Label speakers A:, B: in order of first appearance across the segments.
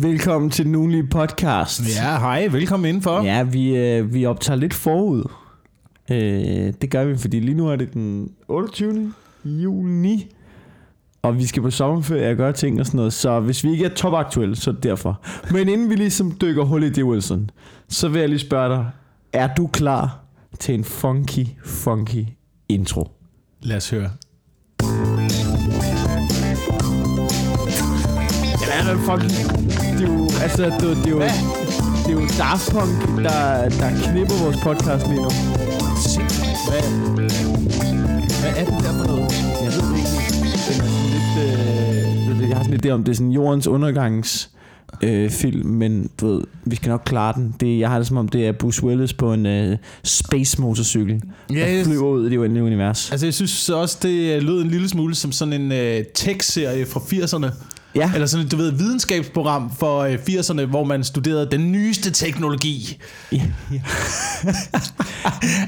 A: Velkommen til den ugenlige podcast.
B: Ja, hej, velkommen indenfor.
A: Ja, vi, øh, vi optager lidt forud. Øh, det gør vi, fordi lige nu er det den 28. juni, og vi skal på sommerferie og gøre ting og sådan noget. Så hvis vi ikke er topaktuelle, så er det derfor. Men inden vi ligesom dykker hul i det, Wilson, så vil jeg lige spørge dig, er du klar til en funky, funky intro?
B: Lad os høre.
A: Den er da fucking... Det er jo, altså, det, er jo- det, er jo, det er jo Daft Punk, der, der knipper vores podcast lige nu.
B: Hvad, hvad er det der for noget?
A: Jeg ved det ikke. Den er sådan lidt... Øh, jeg ved ikke, jeg har sådan lidt idé om, det er sådan jordens undergangs øh, film, men du ved, vi skal nok klare den. Det, jeg har det som om, det er Bruce Willis på en øh, space motorcykel, der
B: Yes.
A: flyver ud i det uendelige univers.
B: Altså, jeg synes også, det øh, lød en lille smule som sådan en øh, tech-serie fra 80'erne.
A: Ja.
B: Eller sådan et, du ved, videnskabsprogram for øh, 80'erne, hvor man studerede den nyeste teknologi.
A: Ja,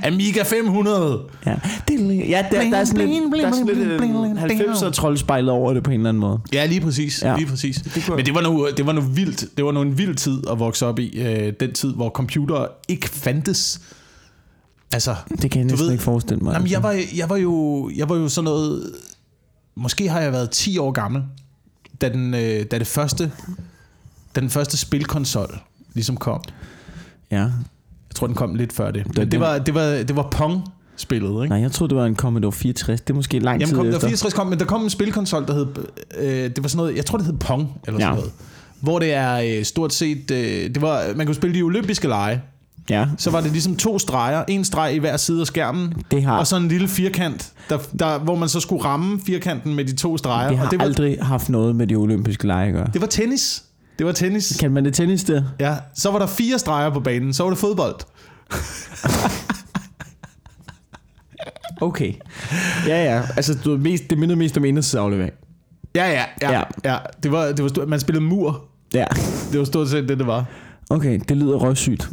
B: Amiga 500.
A: ja. Det, ja der, der er sådan
B: Bling,
A: lidt,
B: bling,
A: der er sådan
B: bling,
A: lidt
B: bling, bling,
A: øh,
B: bling.
A: 90'er troldspejlet over det på en eller anden måde.
B: Ja, lige præcis.
A: Ja.
B: Ja. Lige præcis. Det
A: kunne-
B: Men det var, nu, øh, det var nu vildt. Det var nu en vild tid at vokse op i. Øh, den tid, hvor computere ikke fandtes. Altså,
A: Det kan jeg
B: Du
A: næsten
B: ved-
A: ikke forestille mig.
B: jamen, jeg, var, jeg, var jo, jeg var jo sådan noget... Måske har jeg været 10 år gammel, da, den, øh, da det første, da den første spilkonsol ligesom kom.
A: Ja.
B: Jeg tror, den kom lidt før det.
A: Den-
B: Men det var, det var, det var Pong-spillet, ikke?
A: Nej, jeg troede, det var en Commodore 64. Det er måske lang
B: Jamen, kom,
A: tid
B: der
A: efter.
B: 64 kom, men der kom en spilkonsol, der hed, øh, det var sådan noget, jeg tror det hed Pong, eller sådan
A: Ja.
B: noget. Hvor det er øh, stort set, øh, det var, man kunne spille de olympiske lege.
A: Ja,
B: Så var det ligesom to streger, en streg i hver side af skærmen,
A: det har,
B: og så en lille firkant, der, der, hvor man så skulle ramme firkanten med de to streger.
A: det har
B: og det var,
A: aldrig haft noget med de olympiske lege at gøre.
B: det var tennis. Det var tennis.
A: Kan man det tennis der?
B: Ja, så var der fire streger på banen, så var det fodbold.
A: Okay. Ja, ja. Altså, du, ved, mest, det minder mest om enhedsaflevering.
B: Ja, ja, ja.
A: Ja.
B: ja. ja. Det var, det var, stort- man spillede mur.
A: Ja.
B: Det var stort set det, det var.
A: Okay, det lyder røvsygt.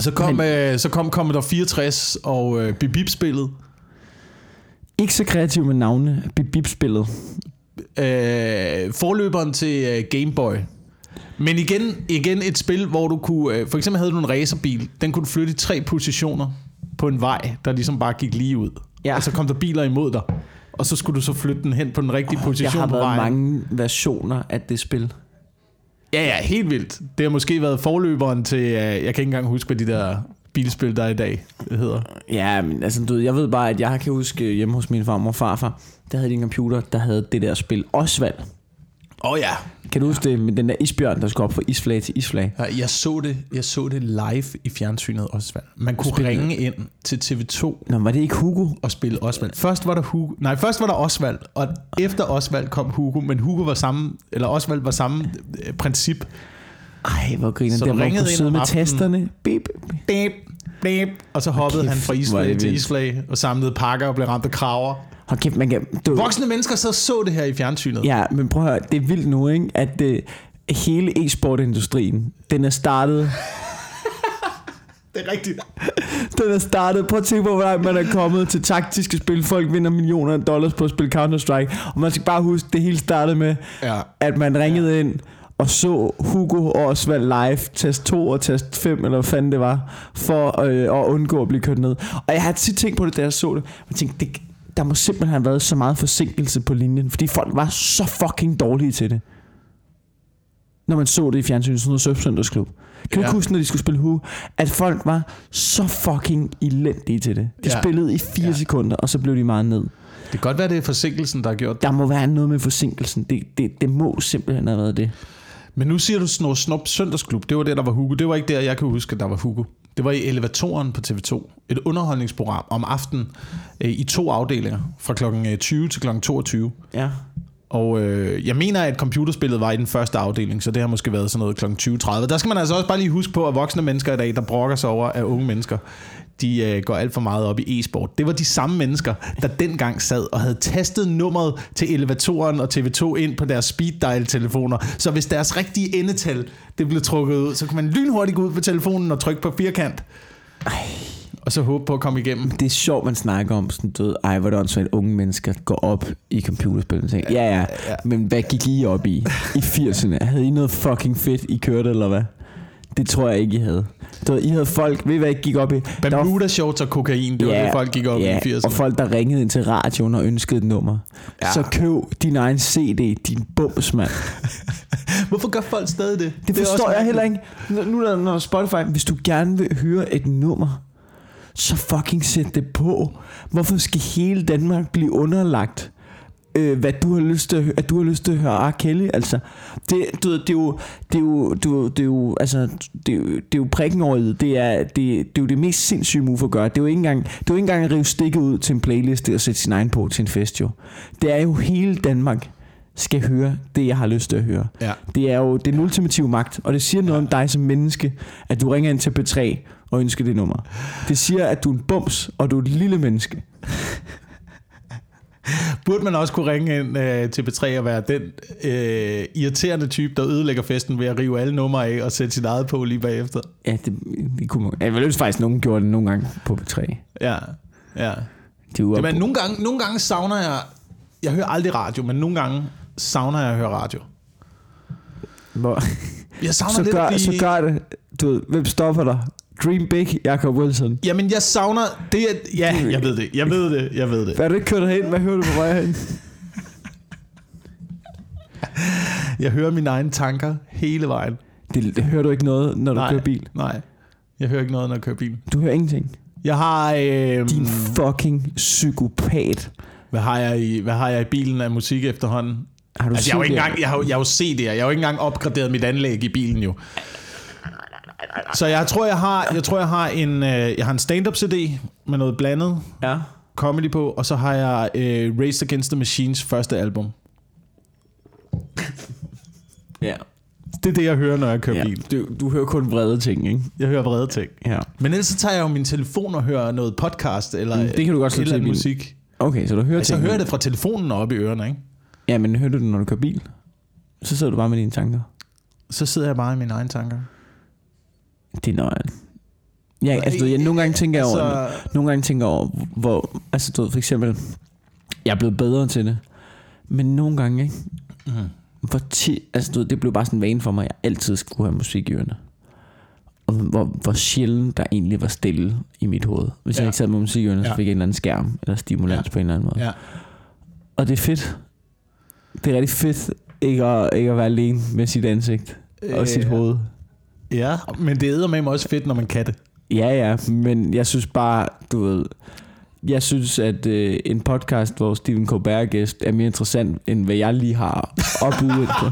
B: Så kom, Men... øh, så kom Commodore 64 og øh, Bibib-spillet.
A: Ikke så kreativ med navne. Bibib-spillet.
B: øh, forløberen til øh, Game Boy. Men igen, igen et spil, hvor du kunne... Øh, for eksempel havde du en racerbil. Den kunne du flytte i tre positioner på en vej, der ligesom bare gik lige ud.
A: Ja.
B: Ja. Og så kom der biler imod dig. Og så skulle du så flytte den hen på den rigtige oh,
A: Jeg
B: position
A: har
B: på
A: været
B: vejen.
A: mange versioner af det spil.
B: Ja, ja, helt vildt. Det har måske været forløberen til... Øh, jeg kan ikke engang huske, hvad de der bilspil, der er i dag, hedder.
A: Ja, men altså, du ved, jeg ved bare, at jeg kan huske øh, hjemme hos min farmor og farfar, der havde de en computer, der havde det der spil Osvald.
B: Åh oh, ja.
A: Kan du huske det med den der isbjørn, der skulle op fra isflag til isflag?
B: Ja, Jeg så det, jeg så det live i fjernsynet Osvald. Man kunne
A: Spil-
B: ringe ind til TV2
A: Nå, var det ikke Hugo?
B: at spille Osvald. Først var der Hugo, nej, først var der Osvald, og efter Osvald kom Hugo, men Hugo var samme, eller Osvald var samme øh, princip.
A: Ej, hvor griner
B: Så
A: der,
B: du
A: hvor
B: ringede
A: kunne
B: ind
A: sidde
B: om
A: med
B: aftenen?
A: tasterne. Bip.
B: Bæb, bæb. Og så hoppede
A: Kæft,
B: han fra
A: hvor er
B: isflag
A: det
B: til
A: vildt.
B: isflag og samlede pakker og blev ramt af kraver.
A: Hold kæft, man kan... Du,
B: Voksne mennesker så så det her i fjernsynet.
A: Ja, men prøv at høre, det er vildt nu, ikke? At det, hele e-sportindustrien, den er startet...
B: Det er rigtigt.
A: Den er startet. Prøv at tænke på, hvor langt man er kommet til taktiske spil. Folk vinder millioner af dollars på at spille Counter-Strike. Og man skal bare huske, det hele startede med,
B: Ja.
A: at man ringede ja. ind og så Hugo og Osvald live test 2 og test 5, eller hvad fanden det var, for øh, at undgå at blive kørt ned. Og jeg har tit tænkt på det, da jeg så det. Jeg tænkte, det, der må simpelthen have været så meget forsinkelse på linjen, fordi folk var så fucking dårlige til det. Når man så det i fjernsynet, sådan noget Søbsøndagsklub. Kan ja. du
B: Ja.
A: ikke huske, når de skulle spille Hugo, at folk var så fucking elendige til det. De ja.
B: Ja.
A: spillede i 4 ja.
B: Ja.
A: sekunder, og så blev de meget ned.
B: Det kan godt være, det er forsinkelsen, der har gjort det.
A: Der må være noget med forsinkelsen. Det, det, det må simpelthen have været det.
B: Men nu siger du Snor Snop Søndagsklub. Det var der, der var Hugo. Det var ikke der, jeg kan huske, at der var Hugo. Det var i Elevatoren på TV2. Et underholdningsprogram om aftenen øh, i to afdelinger. Fra kl. 20 til kl. 22.
A: Ja.
B: Og øh, jeg mener, at computerspillet var i den første afdeling, så det har måske været sådan noget kl. 20.30. Der skal man altså også bare lige huske på, at voksne mennesker i dag, der brokker sig over, at unge mennesker, de øh, går alt for meget op i e-sport. Det var de samme mennesker, der dengang sad og havde tastet nummeret til elevatoren og TV2 ind på deres speed dial telefoner. Så hvis deres rigtige endetal det blev trukket ud, så kunne man lynhurtigt gå ud på telefonen og trykke på firkant. og så håbe på at komme igennem.
A: Det er sjovt, man snakker om sådan, du ved, ej, hvor er det åndssvagt, unge mennesker går op i computerspil. Og tænker, ja, ja,
B: ja.
A: men hvad gik I op i i 80'erne? Havde I noget fucking fedt, I kørte, eller hvad? Det tror jeg ikke, I havde. Du ved, I havde folk, ved I hvad I gik op i? Der var-
B: Bermuda shorts og kokain, det var
A: Ja,
B: det, folk gik op
A: ja,
B: i i 80'erne.
A: og folk, der ringede ind til radioen og ønskede et nummer.
B: Ja.
A: Ja. Så køb din egen CD, din bums, mand.
B: Hvorfor gør folk stadig det?
A: Det
B: er
A: forstår
B: også-
A: jeg heller ikke. Når- Nu når, når Spotify, hvis du gerne vil høre et nummer, så fucking sæt det på. Hvorfor skal hele Danmark blive underlagt? Øh, hvad du har lyst til at, hø- at du har lyst til at høre R. Kelly, altså. Det, du, ved, det, er jo, det er jo, det er jo, det er jo, altså, det er jo, det er jo prikken over i. Det er, det, det er jo det mest sindssyge move at gøre. Det er jo ikke engang, det er jo ikke engang at rive stikket ud til en playliste og sætte sin egen på til en fest, jo. Det er jo hele Danmark skal høre det, jeg har lyst til at høre.
B: Ja.
A: Det er jo den ultimative magt, og det siger noget om dig som menneske, at du ringer ind til P3 og ønsker det nummer. Det siger, at du er en bums, og du er et lille menneske.
B: Burde man også kunne ringe ind øh, til B3 og være den øh, irriterende type, der ødelægger festen ved at rive alle numre af og sætte sit eget på lige bagefter?
A: Ja, det, det kunne man. Jeg ville ønske faktisk, at nogen gjorde det nogle gange på P3.
B: Ja, ja.
A: De var,
B: Det, men
A: men,
B: nogle gange, nogle gange savner jeg... Jeg hører aldrig radio, men nogle gange savner jeg at høre radio.
A: hvor,
B: Jeg savner
A: så,
B: lidt
A: gør,
B: at blive...
A: så gør det. Du ved, hvem stopper dig? Dream Big, Jacob Wilson.
B: Jamen, jeg savner... Det, at- ja, jeg ved det. Jeg ved det. Jeg ved det.
A: Hvad er du ikke kørt derhen? Hvad hører du på vej hen?
B: Jeg hører mine egne tanker hele vejen.
A: Det, det hører du ikke noget, når du
B: Nej.
A: kører bil.
B: Nej, jeg hører ikke noget, når jeg kører bil.
A: Du hører ingenting.
B: Jeg har... Øh,
A: Din fucking psykopat.
B: hvad, har jeg i, hvad har jeg i bilen af musik efterhånden?
A: Har du
B: Altså, jeg har jo ikke
A: CD'er?
B: engang, jeg har, jo- jeg har jo CD'er. Jeg har jo ikke engang opgraderet mit anlæg i bilen jo. Så jeg tror, jeg har, jeg tror, jeg har en, øh, jeg har en stand-up CD med noget blandet
A: Ja.
B: comedy på, og så har jeg øh, Raised Against the Machines første album.
A: Ja.
B: Det er det, jeg hører, når jeg kører
A: ja.
B: bil.
A: Du, du hører kun vrede ting, ikke?
B: Jeg hører vrede ting.
A: Ja.
B: Men ellers så tager jeg jo min telefon og hører noget podcast eller
A: Mm, det kan du godt
B: et
A: slå
B: eller
A: til i
B: andet
A: bilen.
B: musik.
A: Okay, så du hører
B: Altså, jeg
A: ting.
B: hører det fra telefonen og op i ørerne, ikke?
A: Ja, men hører du det, når du kører bil? Så sidder du bare med dine tanker.
B: Så sidder jeg bare i mine egne tanker.
A: Det er nøjeren. Ja, altså, du ved, jeg, nogle gange tænker jeg over, det.
B: altså,
A: nogle gange tænker jeg over, hvor, altså du ved, for eksempel, jeg er blevet bedre til det, men nogle gange, ikke?
B: Mhm.
A: Hvor ti, altså du ved, det blev bare sådan en vane for mig, at jeg altid skulle have musik i ørerne. Og hvor, hvor sjældent der egentlig var stille i mit hoved. Hvis ja.
B: Ja.
A: jeg ikke sad med musik i ørerne,
B: Ja.
A: så fik jeg en eller anden skærm, eller stimulans
B: Ja.
A: på en eller anden måde.
B: Ja.
A: Og det er fedt. Det er rigtig fedt ikke at, ikke at være alene med sit ansigt og
B: Øh,
A: sit hoved.
B: Ja, men det æder med mig også fedt, når man kan det.
A: Ja, ja, men jeg synes bare, du ved... Jeg synes, at øh, en podcast, hvor Stephen Colbert er gæst, er mere interessant, end hvad jeg lige har at byde ind på.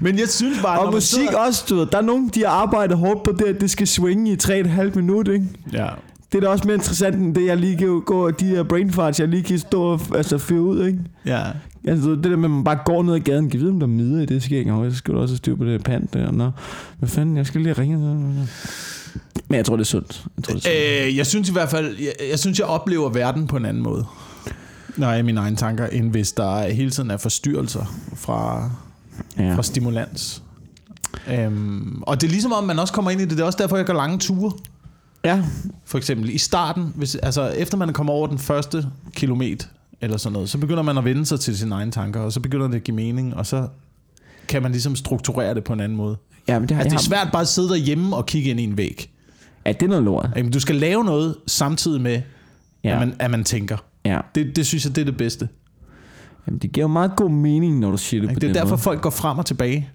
B: Men jeg synes bare, når
A: Og
B: man
A: musik
B: sidder...
A: også, du ved. Der er nogen, de har arbejdet hårdt på det, at det skal swinge i 3,5 minut, ikke?
B: Ja.
A: Det er da også mere interessant, end det, jeg lige kan gå, de her brain farts, jeg lige kan stå og altså, fyre ud, ikke?
B: ja.
A: Altså det der med, at man bare går ned ad gaden, kan vide, om der er midler i det skæg, og så skal du også have styr på det pant der, nå, hvad fanden, jeg skal lige ringe. Men jeg tror, det er sundt. Jeg tror, det er sundt.
B: Øh, jeg synes i hvert fald, jeg, jeg synes, jeg oplever verden på en anden måde, når jeg er i mine egne tanker, end hvis der hele tiden er forstyrrelser fra,
A: ja.
B: fra stimulans. Øhm, og det er ligesom om, man også kommer ind i det. Det er også derfor, jeg går lange ture.
A: ja,
B: For eksempel i starten, hvis, altså efter man kommer over den første kilometer eller sådan noget, så begynder man at vende sig til sine egne tanker, og så begynder det at give mening, og så kan man ligesom strukturere det på en anden måde.
A: ja men det, har,
B: Altså,
A: jeg
B: det
A: har,
B: er svært bare at sidde derhjemme og kigge ind i en væg.
A: ja, det er noget lort.
B: Jamen, du skal lave noget samtidig med, ja.
A: Ja,
B: at, man, at man tænker.
A: ja.
B: Det, det synes jeg, det er det bedste.
A: Jamen, det giver jo meget god mening, når du siger det
B: Ikke?
A: på
B: Det er
A: den
B: derfor,
A: måde.
B: folk går frem og tilbage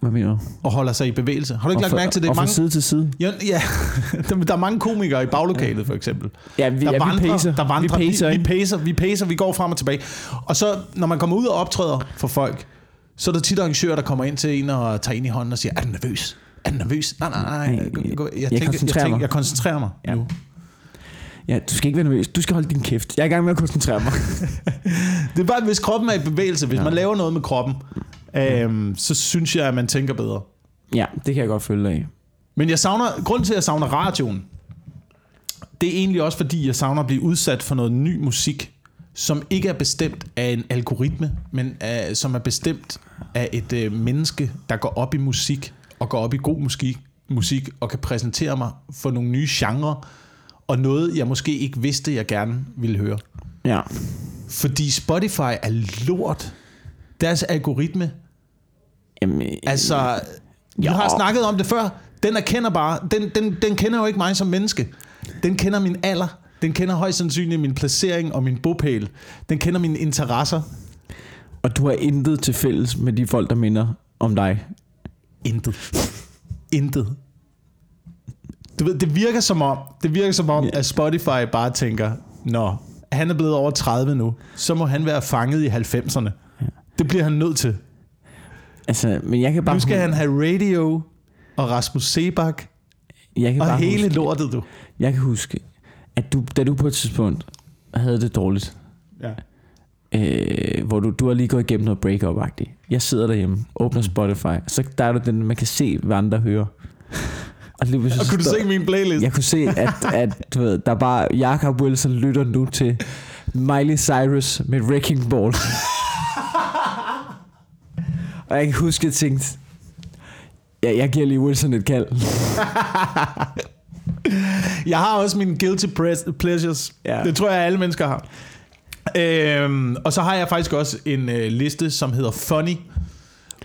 A: Hvad mener du?
B: og holder sig i bevægelse. Har du ikke
A: Og
B: lagt
A: fra-
B: mærke til det?
A: Og fra
B: Mange,
A: side til side.
B: ja, ja. Der- der er mange komikere i baglokalet, for eksempel.
A: Ja, vi,
B: Der
A: ja, vi
B: vandrer,
A: pacer.
B: Der vandrer,
A: vi pacer,
B: vi, vi,
A: ikke?
B: pacer, vi pacer, vi går frem og tilbage. Og så, når man kommer ud og optræder for folk, så er der tit arrangører, der kommer ind til en og tager en i hånden og siger, er du nervøs? Er du nervøs? Nej, nej, nej. Jeg, jeg, jeg, jeg, tænker, jeg,
A: koncentrerer
B: tænker,
A: mig.
B: jeg koncentrerer mig
A: Ja.
B: nu.
A: Ja, du skal ikke være nervøs. Du skal holde din kæft. Jeg er i gang med at koncentrere mig.
B: Det er bare, hvis kroppen er i bevægelse, hvis ja. man laver noget med kroppen, øhm, så synes jeg, at man tænker bedre.
A: ja, det kan jeg godt følge dig af.
B: Men jeg savner, grunden til, at jeg savner radioen, det er egentlig også, fordi jeg savner at blive udsat for noget ny musik, som ikke er bestemt af en algoritme, men af, som er bestemt af et øh, menneske, der går op i musik, og går op i god musik, musik og kan præsentere mig for nogle nye genrer og noget, jeg måske ikke vidste, jeg gerne ville høre.
A: Ja.
B: Fordi Spotify er lort. Deres algoritme,
A: Jamen,
B: altså... Du
A: Ja.
B: har snakket om det før. Den erkender bare... Den, den, den kender jo ikke mig som menneske. Den kender min alder. Den kender højst sandsynligt min placering og min bopæl. Den kender mine interesser.
A: og du har intet til fælles med de folk, der minder om dig.
B: Intet. Intet. Du ved, det virker som om, det virker som om,
A: Ja.
B: at Spotify bare tænker, nå, han er blevet over 30 nu, så må han være fanget i 90'erne. Det bliver han nødt til.
A: Altså, men jeg kan bare
B: Nu skal
A: huske-
B: han have radio og Rasmus Sebak
A: jeg kan
B: og
A: bare
B: hele
A: huske,
B: lortet, du.
A: Jeg kan huske, at du, da du på et tidspunkt havde det dårligt,
B: Ja.
A: øh, hvor du, du har lige gået igennem noget breakup-agtigt. Jeg sidder derhjemme, åbner Spotify, så der er du den, man kan se, hvad andre hører. Og, lige pludselig
B: Og kunne du
A: står-
B: se min playlist?
A: Jeg kunne se, at, at du ved, der er bare, Jacob Wilson lytter nu til Miley Cyrus med Wrecking Ball. og jeg kan huske, at jeg tænkte, ja, jeg giver lige Wilson et kald.
B: Jeg har også mine guilty pres- pleasures.
A: Ja.
B: Det tror jeg, alle mennesker har. Øhm, og så har jeg faktisk også en øh, liste, som hedder Funny,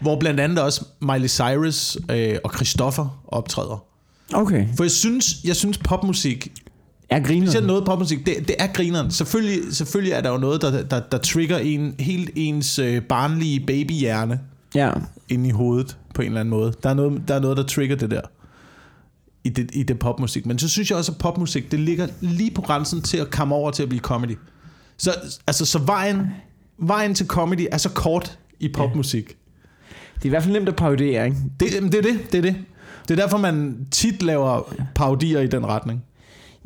B: hvor blandt andet også Miley Cyrus øh, og Christoffer optræder.
A: Okay.
B: For jeg synes, jeg synes popmusik,
A: Jeg griner.
B: specielt noget popmusik, det, det er grineren. Selvfølgelig, selvfølgelig er der jo noget, der, der, der trigger en helt ens øh, barnlige babyhjerne
A: Ja.
B: inde i hovedet på en eller anden måde. Der er noget, der, er noget, der trigger det der i det, i det popmusik. Men så synes jeg også, at popmusik det ligger lige på grænsen til at komme over til at blive comedy. Så, altså, så vejen, vejen til comedy er så kort i popmusik.
A: Det er i hvert fald nemt at parodere, ikke?
B: Det, jamen, det er det, det er det. Det er derfor, man tit laver parodier i den retning.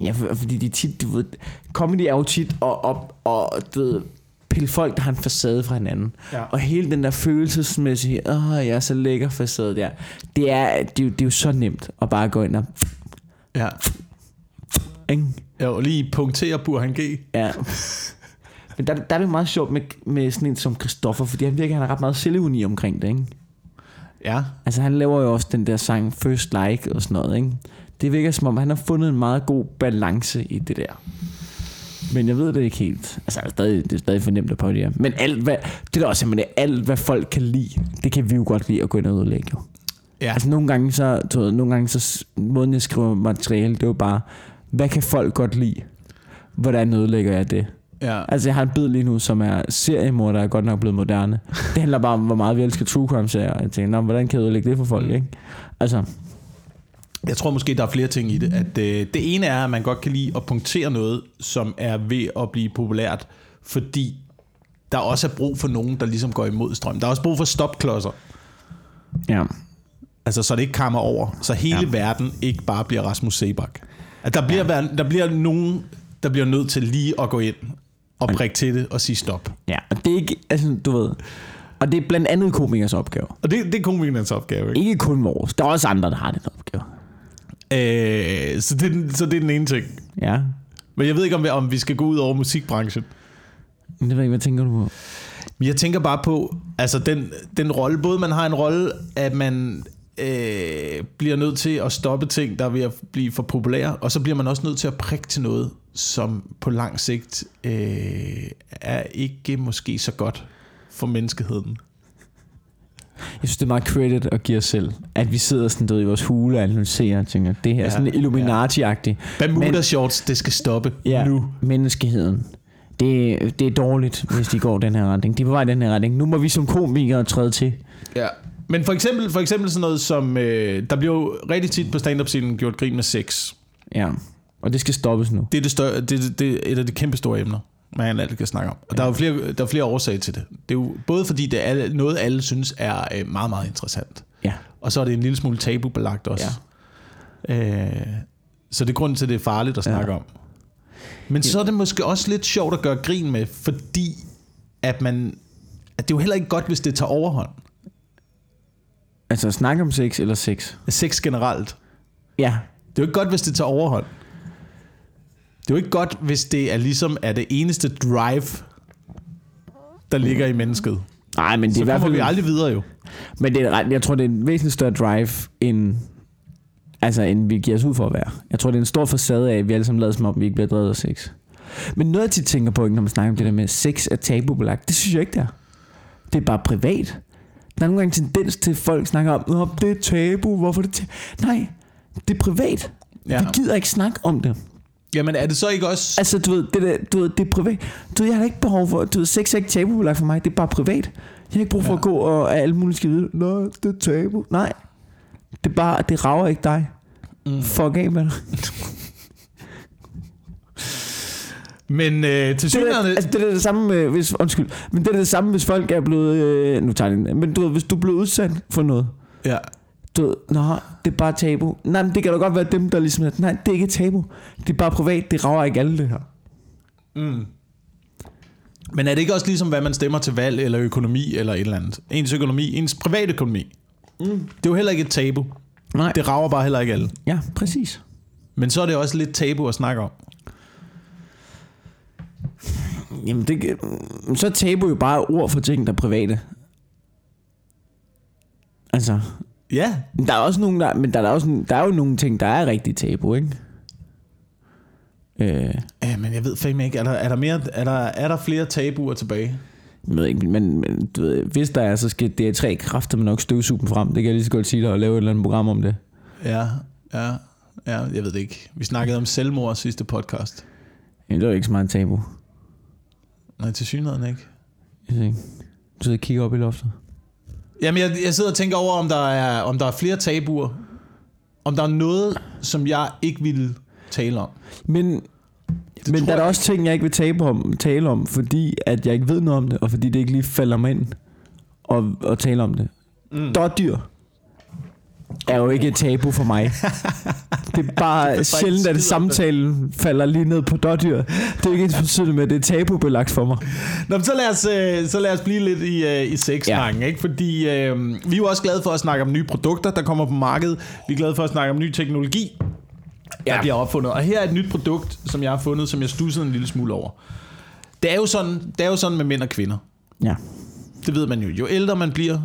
A: Ja, for, fordi de tit, du ved, comedy er jo tit at, op, og, du ved, pille folk, der har en facade fra hinanden.
B: Ja.
A: Og hele den der følelsesmæssige, åh, jeg er så lækker facade der. Det er, det, er jo- det er jo så nemt at bare gå ind og,
B: Ja.
A: ikke?
B: Jeg vil lige punktere Burhan G.
A: Ja. Men der, der er det jo meget sjovt med, med sådan en som Christoffer, fordi han virker, han har ret meget selvuni omkring det, ikke?
B: Ja.
A: Altså han laver jo også den der sang First Like og sådan noget, ikke? Det virker som om, han har fundet en meget god balance i det der. Men jeg ved det ikke helt. Altså, det er stadig, det er stadig fornemt at parodere. Men alt hvad, det er da også simpelthen alt, hvad folk kan lide, det kan vi jo godt lide at gå ind og ødelægge jo.
B: Ja.
A: Altså nogle gange så, du ved, nogle gange så, s- måden jeg skriver materiale, det er jo bare, hvad kan folk godt lide? Hvordan ødelægger jeg det?
B: ja.
A: Altså jeg har en bid lige nu, som er seriemord, der er godt nok blevet moderne. Det handler bare om, hvor meget vi elsker true crime serier. Jeg tænker, Nå, men hvordan kan jeg ødelægge det for folk, ikke? Altså,
B: Jeg tror måske, der er flere ting i det. At, øh, det ene er, at man godt kan lide at punktere noget, som er ved at blive populært, fordi der også er brug for nogen, der ligesom går imod strømmen. Der er også brug for stopklodser,
A: ja.
B: altså så det ikke kammer over, så hele ja. verden ikke bare bliver Rasmus Sebak. At der bliver, ja. der bliver nogen, der bliver nødt til lige at gå ind og prikke til det og sige stop.
A: Ja, og det er ikke, altså du ved, og det er blandt andet komikers opgave.
B: Og det, det er komikernes opgave, ikke?
A: Ikke kun vores, der er også andre, der har den opgave.
B: Øh, så, det, er den- så det er den ene ting.
A: Ja,
B: Men jeg ved ikke, om vi, om vi skal gå ud over musikbranchen.
A: men det ved jeg ikke, hvad tænker du på?
B: Men jeg tænker bare på, altså den, den rolle, både man har en rolle, at man øh, bliver nødt til at stoppe ting, der er ved at blive for populære, og så bliver man også nødt til at prikke til noget, som på lang sigt øh, er ikke måske så godt for menneskeheden.
A: Jeg synes, det er meget credit at give os selv, at vi sidder sådan, du ved, i vores hule og analyserer og tænker, det her er
B: Ja,
A: sådan Illuminati-agtigt.
B: Bermuda shorts, det skal stoppe
A: ja,
B: nu.
A: menneskeheden. Det, det er dårligt, hvis de går den her retning. De er på vej i den her retning. Nu må vi som komikere træde til.
B: Ja. Men for eksempel, for eksempel sådan noget som, øh, der bliver jo rigtig tit på stand-up-scenen gjort grin med sex.
A: Ja. Og det skal stoppes nu.
B: Det er, det, større, det, det, det er et af de kæmpe store emner, man altid kan snakke om. Og der er jo flere, der er flere årsager til det. Det er jo både fordi, det er alle- noget, alle synes er øh, meget, meget interessant.
A: Ja.
B: Og så er det en lille smule tabubelagt også. Ja. Øh, så det er grunden til, at det er farligt at snakke ja. om. Men så er det måske også lidt sjovt at gøre grin med, fordi at man... At det er jo heller ikke godt, hvis det tager overhånd.
A: Altså snak om sex eller sex.
B: Sex generelt.
A: Ja.
B: Det er jo ikke godt, hvis det tager overhånd. Det er jo ikke godt, hvis det er ligesom er det eneste drive, der ligger i mennesket.
A: Nej, men det er
B: Så
A: i hvert
B: kommer
A: fald...
B: vi aldrig videre jo.
A: Men det er, ret- jeg tror, det er en væsentlig større drive end Altså, end vi giver os ud for at være. Jeg tror, det er en stor facade af, at vi alle sammen lader som om, vi ikke bliver drevet af sex. Men noget, jeg tit tænker på, ikke, når man snakker om det der med, sex er tabubelagt, det synes jeg ikke, det er. Det er bare privat. Der er nogle gange tendens til, at folk snakker om, Nå, det er tabu, hvorfor er det tabu? Nej, det er privat. Ja.
B: Ja.
A: Vi gider ikke snakke om det.
B: Jamen er det så ikke også...
A: Altså, du ved, det, der, du ved, det er privat. Du ved, jeg har da ikke behov for... Du ved, sex er ikke tabubelagt for mig. Det er bare privat. Jeg har ikke brug for ja. at gå og at alle mulige skal vide, Nå, det er tabu. Nej. Det er bare... Det rager ikke dig. Mm. Fuck af med dig.
B: Men øh, til
A: Det, er-
B: synligheden...
A: altså, det er det samme med, hvis, undskyld, men det er det samme, hvis folk er blevet, øh, nu tager jeg den, men du ved, hvis du er blevet udsat for noget,
B: Ja.
A: du ved, nå, det er bare tabu. Nej, men det kan da godt være dem, der ligesom, er, nej, det er ikke tabu, det er bare privat, det rager ikke alle det her.
B: Mm. Men er det ikke også ligesom, hvad man stemmer til valg eller økonomi eller et eller andet? Ens økonomi, ens privatøkonomi. Mm. Det er jo heller ikke et tabu.
A: Nej.
B: Det rager bare heller ikke alle.
A: Ja, præcis.
B: Men så er det også lidt tabu at snakke om.
A: Jamen, det, kan- så er tabu jo bare ord for ting, der er private. Altså,
B: Ja,
A: men der er også nogle, der, men der er, da også, der er jo nogle ting, der er rigtig tabu, ikke? Øh,
B: Ja, men jeg ved fandme ikke, er der, er der, mere, er der, er der flere tabuer tilbage?
A: jeg ved ikke, men, men du ved, hvis der er, så skal det er tre kræfter, man nok støvsuge dem frem. Det kan jeg lige så godt sige dig, og lave et eller andet program om det.
B: Ja, ja, ja, jeg ved det ikke. Vi snakkede om selvmord sidste podcast.
A: Jamen, det er jo ikke så meget tabu.
B: Nej, til synligheden ikke.
A: Jeg ved ikke. Du sidder og kigger op i loftet.
B: Jamen, jeg, jeg sidder og tænker over, om der, er, om der er flere tabuer. Om der er noget, som jeg ikke ville tale om.
A: Men, men
B: tror
A: der er da
B: jeg
A: også ting, jeg ikke vil tabe om, tale om, fordi at jeg ikke ved noget om det, og fordi det ikke lige falder mig ind og, og tale om det. Mm. Dårdyr er jo ikke et tabu for mig. det er bare det er
B: faktisk
A: sjældent,
B: skider om
A: at
B: det. Nå, men så lad os, øh, så lad os blive lidt i, øh, i sexsnakken, ja. ikke? Fordi øh, vi er jo også glade for at snakke om nye produkter, der kommer på markedet. Vi er glade for at snakke om ny teknologi, der
A: Ja.
B: ja. bliver opfundet. Og her er et nyt produkt, som jeg har fundet, som jeg stussede en lille smule over. Det er jo sådan, det er jo sådan med mænd og kvinder.
A: Ja.
B: Det ved man jo. Jo ældre man bliver,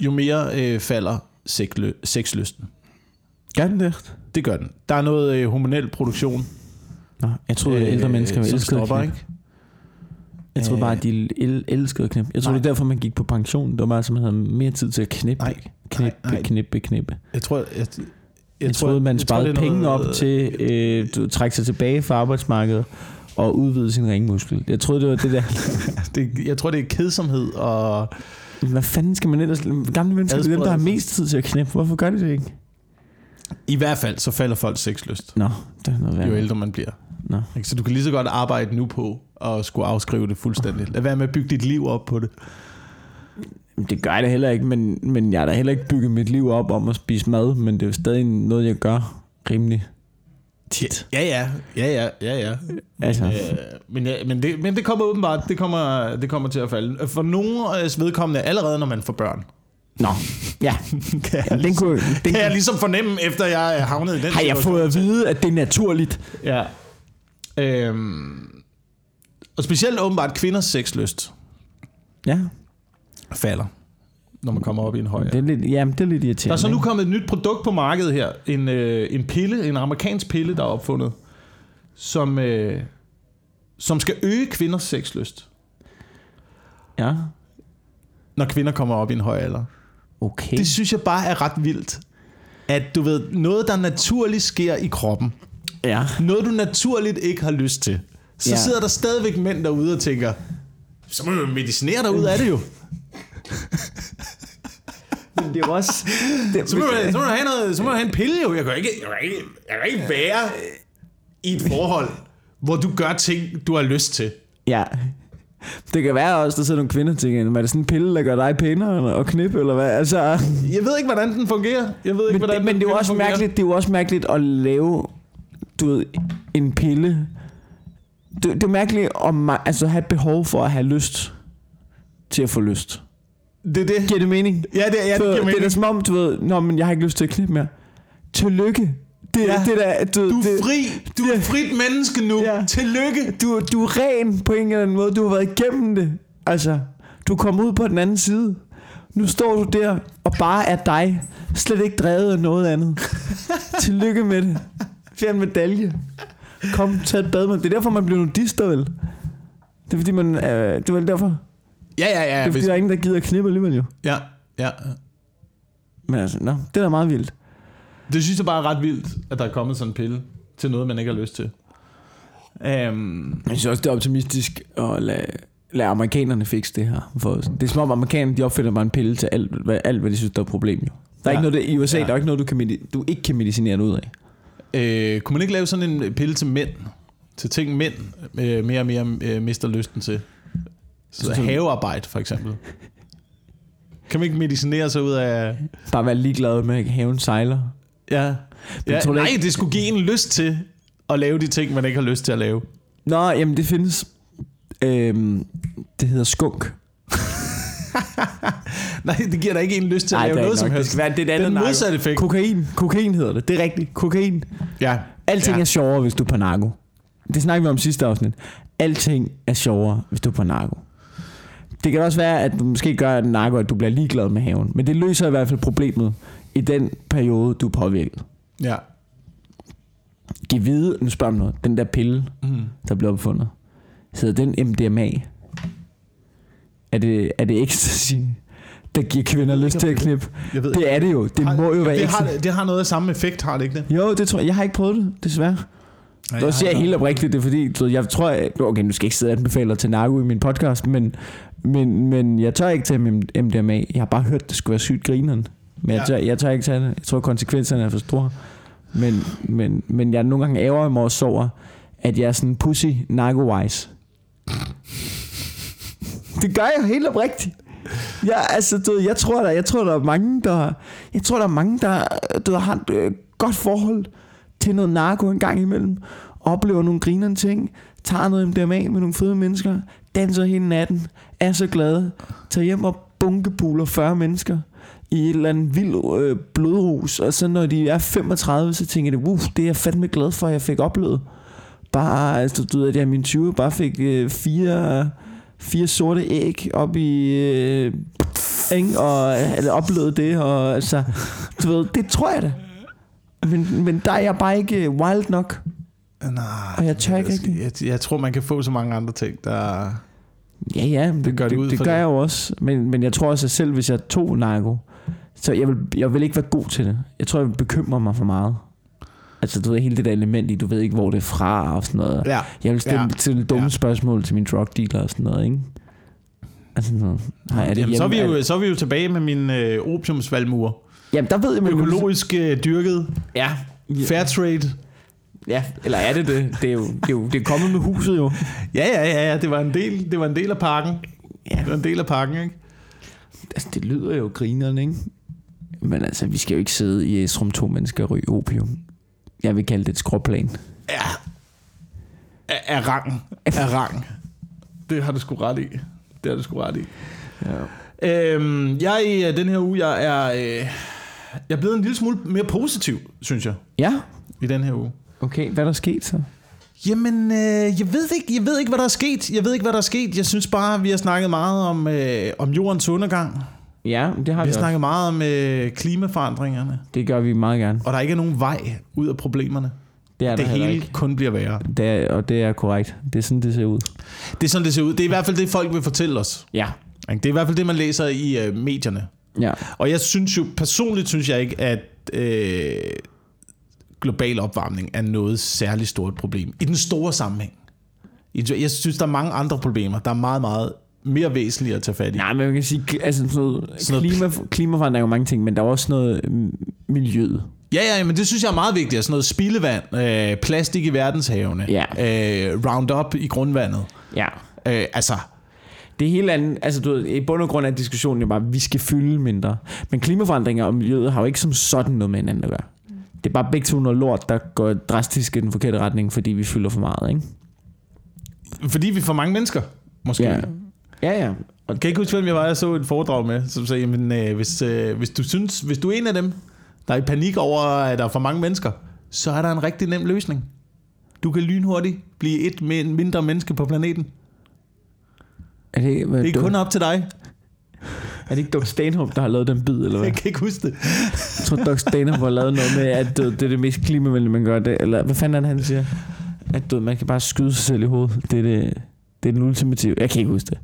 B: jo mere øh, falder sexlø- sexlysten.
A: Gør den det?
B: Det gør den. Der er noget øh, hormonel produktion. øh,
A: Nå, jeg troede, at ældre mennesker
B: som
A: elskede at
B: stopper,
A: knippe.
B: ikke? Øh.
A: Jeg troede bare, at de el- elskede at knippe. Jeg troede, det var derfor, man gik på pension. Det var bare, så man havde mere tid til at knippe,
B: Nej,
A: knippe,
B: nej, nej.
A: knippe, knippe.
B: Jeg tror, jeg, jeg,
A: Jeg, jeg troede, man
B: jeg tror,
A: sparede
B: det er
A: tror, penge
B: noget-
A: op til øh, du, trække sig tilbage fra arbejdsmarkedet og udvide sin ringmuskel. Jeg troede, det var det der.
B: øh, Det, jeg tror, det er kedsomhed og...
A: Hvad fanden skal man ellers... Gamle mennesker det er dem, der har mest tid til at knæppe. Hvorfor gør de det ikke?
B: I hvert fald, så falder folks sexlyst,
A: Nå, det er noget
B: jo
A: værd.
B: ældre man bliver.
A: Nå.
B: Ikke? Så du kan lige så godt arbejde nu på at skulle afskrive det fuldstændigt. Lad være med at bygge dit liv op på det.
A: Jamen, Det gør jeg da heller ikke, men, men jeg har da heller ikke bygget mit liv op om at spise mad, men det er jo stadig noget, jeg gør rimelig tit.
B: Ja, ja. Ja, ja. Ja, ja.
A: Altså,
B: Øh, men, ja, men, det, men det kommer åbenbart, det kommer, det kommer til at falde. For nogle øh, vedkommende allerede, når man får børn.
A: nå, ja.
B: Kan jeg,
A: Den kunne, den,
B: kan jeg ligesom fornemme, efter jeg er havnet i den
A: har jeg
B: situation.
A: fået at vide, at det er naturligt?
B: Ja. Øhm, og specielt åbenbart kvinders sexlyst
A: Ja,
B: falder, når man kommer op i en høj
A: det er lidt, jamen, det er lidt irriterende.
B: Der er så nu kommet et nyt produkt på markedet her. En, øh, en pille, en amerikansk pille, der er opfundet, som, øh, som skal øge kvinders sexlyst,
A: ikke? Ja,
B: når kvinder kommer op i en høj alder.
A: okay.
B: Det synes jeg bare er ret vildt. At du ved, noget der naturligt sker i kroppen,
A: Ja.
B: noget du naturligt ikke har lyst til, så
A: Ja.
B: ja. sidder der stadigvæk mænd derude og tænker, så må du jo medicinere dig ud af det jo.
A: Men det er jo også... Det,
B: Så må, du, så må du have noget, så må du have en pille jo. Jeg kan jo ikke, jeg kan ikke, jeg kan ikke være i et forhold, hvor du gør ting, du har lyst til.
A: ja. Det kan være også, der sidder nogle kvinder og tænker, "Men er det sådan en pille, der gør dig pænere og knippe, eller hvad? Altså,
B: Jeg ved ikke, hvordan den fungerer. Jeg ved ikke,
A: men,
B: hvordan
A: det, men det, er jo
B: den
A: også
B: fungerer.
A: mærkeligt, det er jo også mærkeligt at lave, du ved, en pille. Det, det er mærkeligt at ma- altså, have et behov for at have lyst til at få lyst.
B: Det er det.
A: Giver det mening?
B: Ja, det, ja,
A: Så
B: det giver
A: det er da
B: mening.
A: som om, du ved, Nå, men jeg har ikke lyst til at knippe mere. Tillykke. Det, ja.
B: Ja.
A: det der, du,
B: Du
A: det,
B: er fri. Du er et frit menneske nu.
A: Ja.
B: Ja. Tillykke.
A: du, du er ren på en eller anden måde. Du har været igennem det. Altså, du er kommet ud på den anden side. Nu står du der og bare er dig. Slet ikke drevet af noget andet. Tillykke med det. Fjern medalje. Kom, tag et bad med. Det er derfor, man bliver nudister, vel? Det er fordi, man... Øh, det er vel derfor. Det
B: Ja, ja, ja.
A: er fordi,
B: Hvis,
A: der er ingen, der gider at knippe alligevel jo.
B: ja, ja.
A: Men altså, nå, det er da meget vildt.
B: Det synes jeg bare er ret vildt, at der er kommet sådan en pille til noget, man ikke har lyst til. Um,
A: Jeg synes også, det er optimistisk at lade, lade amerikanerne fikse det her. For os. det er som om amerikanerne de opfinder bare en pille til alt, hvad, alt, hvad de synes, der er et problem. Jo. Der er ja.
B: Ja.
A: ikke noget, der, I USA,
B: Ja.
A: ja. der er ikke noget, du, kan, medi- du ikke kan medicinere dig ud af.
B: øh, kunne man ikke lave sådan en pille til mænd? Til ting mænd øh, mere og mere øh, mister lysten til. Så
A: Sådan-
B: havearbejde for eksempel. Kan man ikke medicinere sig ud af...
A: Bare være ligeglad med, at haven sejler.
B: Ja. ja
A: tror du
B: nej,
A: ikke-
B: det skulle give en lyst til at lave de ting, man ikke har lyst til at lave.
A: Nå, jamen det findes. Øhm, det hedder skunk.
B: Nej, det giver da ikke en lyst til at
A: Ej,
B: lave
A: det er
B: noget
A: ikke
B: som
A: nok. Det
B: helst.
A: skal være- det er et andet
B: Den
A: narko.
B: modsatte effekt.
A: Kokain. Kokain hedder det. Det er rigtigt. Kokain.
B: Ja.
A: Alting
B: ja.
A: ja. er sjovere, hvis du er på narko. Det snakkede vi om sidste afsnit. Alting er sjovere, hvis du er på narko. Det kan også være, at du måske gør at narko, at du bliver ligeglad med haven. Men det løser i hvert fald problemet i den periode, du er påvirket.
B: Ja.
A: Giv vide, nu spørger jeg om noget, den der pille,
B: Mm.
A: der blev opfundet, hedder den MDMA? Er det, er det ecstasy, der giver kvinder lyst til at klippe?
B: Jeg ved
A: Det er det jo. Det må jo være
B: det
A: ecstasy.
B: har, det har noget af samme effekt, har det ikke det?
A: Jo, det tror jeg. Jeg har ikke prøvet det, desværre.
B: Nej,
A: Nu siger jeg
B: har-
A: helt oprigtigt, det er fordi, du ved, jeg tror, jeg, okay, nu skal jeg ikke sidde og anbefale til narko i min podcast, men, men, men jeg tør ikke tage min MDMA. Jeg har bare hørt, det skulle være sygt grineren. Men jeg
B: Ja.
A: tør, jeg tør ikke tage det. Jeg tror, konsekvenserne er for store. Men, men, men jeg nogle gange ærger mig også over, at jeg er sådan pussy narko-wise. Det gør jeg helt oprigtigt. Ja, altså, du ved, jeg tror der, jeg tror der er mange der, jeg tror der er mange der, du ved, har et øh, godt forhold til noget narko en gang imellem, oplever nogle grinerende ting, tager noget MDMA med nogle fede mennesker, danser hele natten, er så glade, tager hjem og bunkepuler 40 mennesker i et eller andet vild øh, blodrus, og så når de er 35, så tænker de, wow, det er jeg fandme glad for, at jeg fik oplevet. Bare, altså, du ved, at jeg i min 20 bare fik øh, fire, fire sorte æg op i, øh, ikke? og eller, oplevede det, og altså, du ved, det tror jeg da. Men, men der er jeg bare ikke øh, wild nok.
B: Nej,
A: Og jeg tør ikke
B: jeg, jeg, jeg tror, man kan få så mange andre ting, der...
A: Ja, ja, men det
B: gør
A: gør,
B: det
A: det,
B: ud
A: det, det
B: for
A: gør
B: det.
A: jeg jo også. Men, men jeg tror også, at selv hvis jeg tog narko, så jeg vil, jeg vil ikke være god til det. Jeg tror, jeg vil bekymre mig for meget. Altså, du ved, hele det der element i, du ved ikke, hvor det er fra og sådan noget.
B: Ja,
A: Jeg vil stille,
B: Ja.
A: ja. stille dumme
B: Ja.
A: ja. spørgsmål til min drug dealer og sådan noget, ikke? Altså, sådan noget. Nej, er det
B: jamen, så, er vi
A: hjemme-
B: jo, så er vi jo tilbage med min øh, opiumsvalmur.
A: Jamen, der ved man jo...
B: Økologisk øh, dyrket,
A: Ja.
B: fairtrade.
A: ja, eller er det det? Det er jo, det er, jo, det er kommet med huset jo.
B: Ja, ja, ja, ja, det var en del, det var en del af pakken.
A: Ja.
B: Det var en del af pakken, ikke?
A: Altså, det lyder jo grineren, ikke? Men altså, vi skal jo ikke sidde i et rum to mennesker og ryge opium. Jeg vil kalde det et skråplan.
B: Ja. Af, af rangen. Af rangen. Det har du sgu ret i. Det har du sgu ret i.
A: Ja.
B: Øhm, jeg i øh, den her uge, jeg er, øh, jeg er blevet en lille smule mere positiv, synes jeg,
A: ja,
B: i den her uge.
A: okay. Hvad er der sket så?
B: Jamen, øh, jeg, ved ikke, jeg ved ikke, hvad der er sket. Jeg ved ikke, hvad der er sket. Jeg synes bare, vi har snakket meget om, øh, om jordens undergang.
A: Ja, det har
B: Vi
A: vi,
B: har
A: vi snakket.
B: snakket meget om øh, klimaforandringerne.
A: Det gør vi meget gerne.
B: Og der ikke er nogen vej ud af problemerne.
A: Det er
B: Ja,
A: det
B: det
A: der hele...
B: hele
A: ikke.
B: ikke. kun bliver værre.
A: Det er, og det er korrekt. Det er sådan, det ser ud.
B: Det er sådan, det ser ud. Det er i hvert fald det, folk vil fortælle os.
A: Ja.
B: ikke? Det er i hvert fald det, man læser i øh, medierne.
A: Ja.
B: Og jeg synes jo, personligt synes jeg ikke, at øh, global opvarmning er noget særligt stort problem. I den store sammenhæng. I den- Jeg synes, der er mange andre problemer, der er meget, meget mere væsentlige at tage fat i.
A: Nej, men man kan sige, kl- altså sådan noget,
B: Sådan noget-
A: klima, klimaforandring er jo mange ting, men der er også noget mm, miljøet.
B: Ja, ja, men det synes jeg er meget vigtigt. Sådan noget spildevand, øh, plastik i verdenshavene,
A: Ja.
B: øh, Roundup i grundvandet.
A: Ja.
B: Øh, altså,
A: Det er helt andet, altså du ved, i bund og grund er diskussionen jo bare, at vi skal fylde mindre. Men klimaforandringer og miljøet har jo ikke som sådan noget med hinanden at gøre.
B: Mm.
A: Det er bare begge to noget lort, der går drastisk i den forkerte retning, fordi vi fylder for meget, ikke?
B: fordi vi er for mange mennesker, måske.
A: Ja, ja. ja. Og
B: Jeg kan ikke huske, hvem jeg var, jeg så et foredrag med, som sagde, jamen, øh, hvis, øh, hvis, du synes, hvis du er en af dem, der er i panik over, at der er for mange mennesker, så er der en rigtig nem løsning. Du kan lynhurtigt blive et men- mindre menneske på planeten.
A: er det, hvad,
B: Det er kun op til dig.
A: Er det ikke Doc Stanhope, der har lavet den bid, eller hvad?
B: Jeg kan ikke huske det.
A: Jeg tror, Doc Stanhope har lavet noget med, at du ved, det er det mest klimavenlige, man gør det. Eller hvad fanden er det, han siger? At du ved, man kan bare skyde sig selv i hovedet. Det er, det, det er den ultimative. Jeg kan ikke huske det.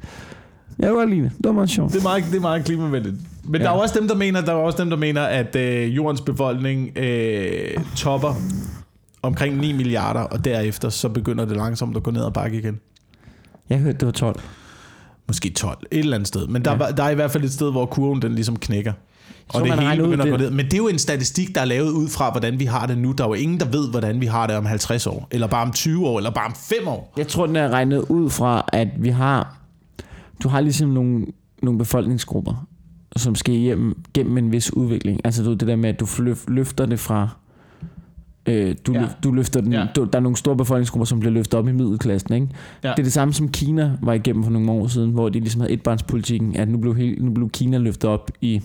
A: Jeg kan godt lide det. Det var meget sjovt.
B: Det er meget, det er meget klimavenligt. Men ja.
A: Ja.
B: der er jo også dem, der mener, der er jo også dem, der mener at øh, jordens befolkning øh, topper omkring 9 milliarder, og derefter så begynder det langsomt at gå ned ad bakke igen.
A: Jeg hørte, det var 12.
B: Måske 12, et eller andet sted. Men der,
A: Ja.
B: ja. der er i hvert fald et sted, hvor kurven den ligesom knækker.
A: Så
B: Og det
A: man
B: hele
A: regner ud,
B: begynder at gå
A: det-
B: ned. Men det er jo en statistik, der er lavet ud fra, hvordan vi har det nu. Der er jo ingen, der ved, hvordan vi har det om 50 år, eller bare om 20 år, eller bare om 5 år.
A: Jeg tror, den er regnet ud fra, at vi har... Du har ligesom nogle, nogle befolkningsgrupper, som skal hjem gennem en vis udvikling. Altså du, ved, det der med, at du løf, løfter det fra... Øh, du,
B: Ja.
A: ja. du løfter den,
B: Ja.
A: ja. du, der er nogle store befolkningsgrupper, som bliver løftet op i middelklassen. Ikke?
B: Ja.
A: Ja. Det er det samme som Kina var igennem for nogle år siden, hvor de ligesom havde etbarnspolitikken, at nu blev, hele, nu blev Kina løftet op i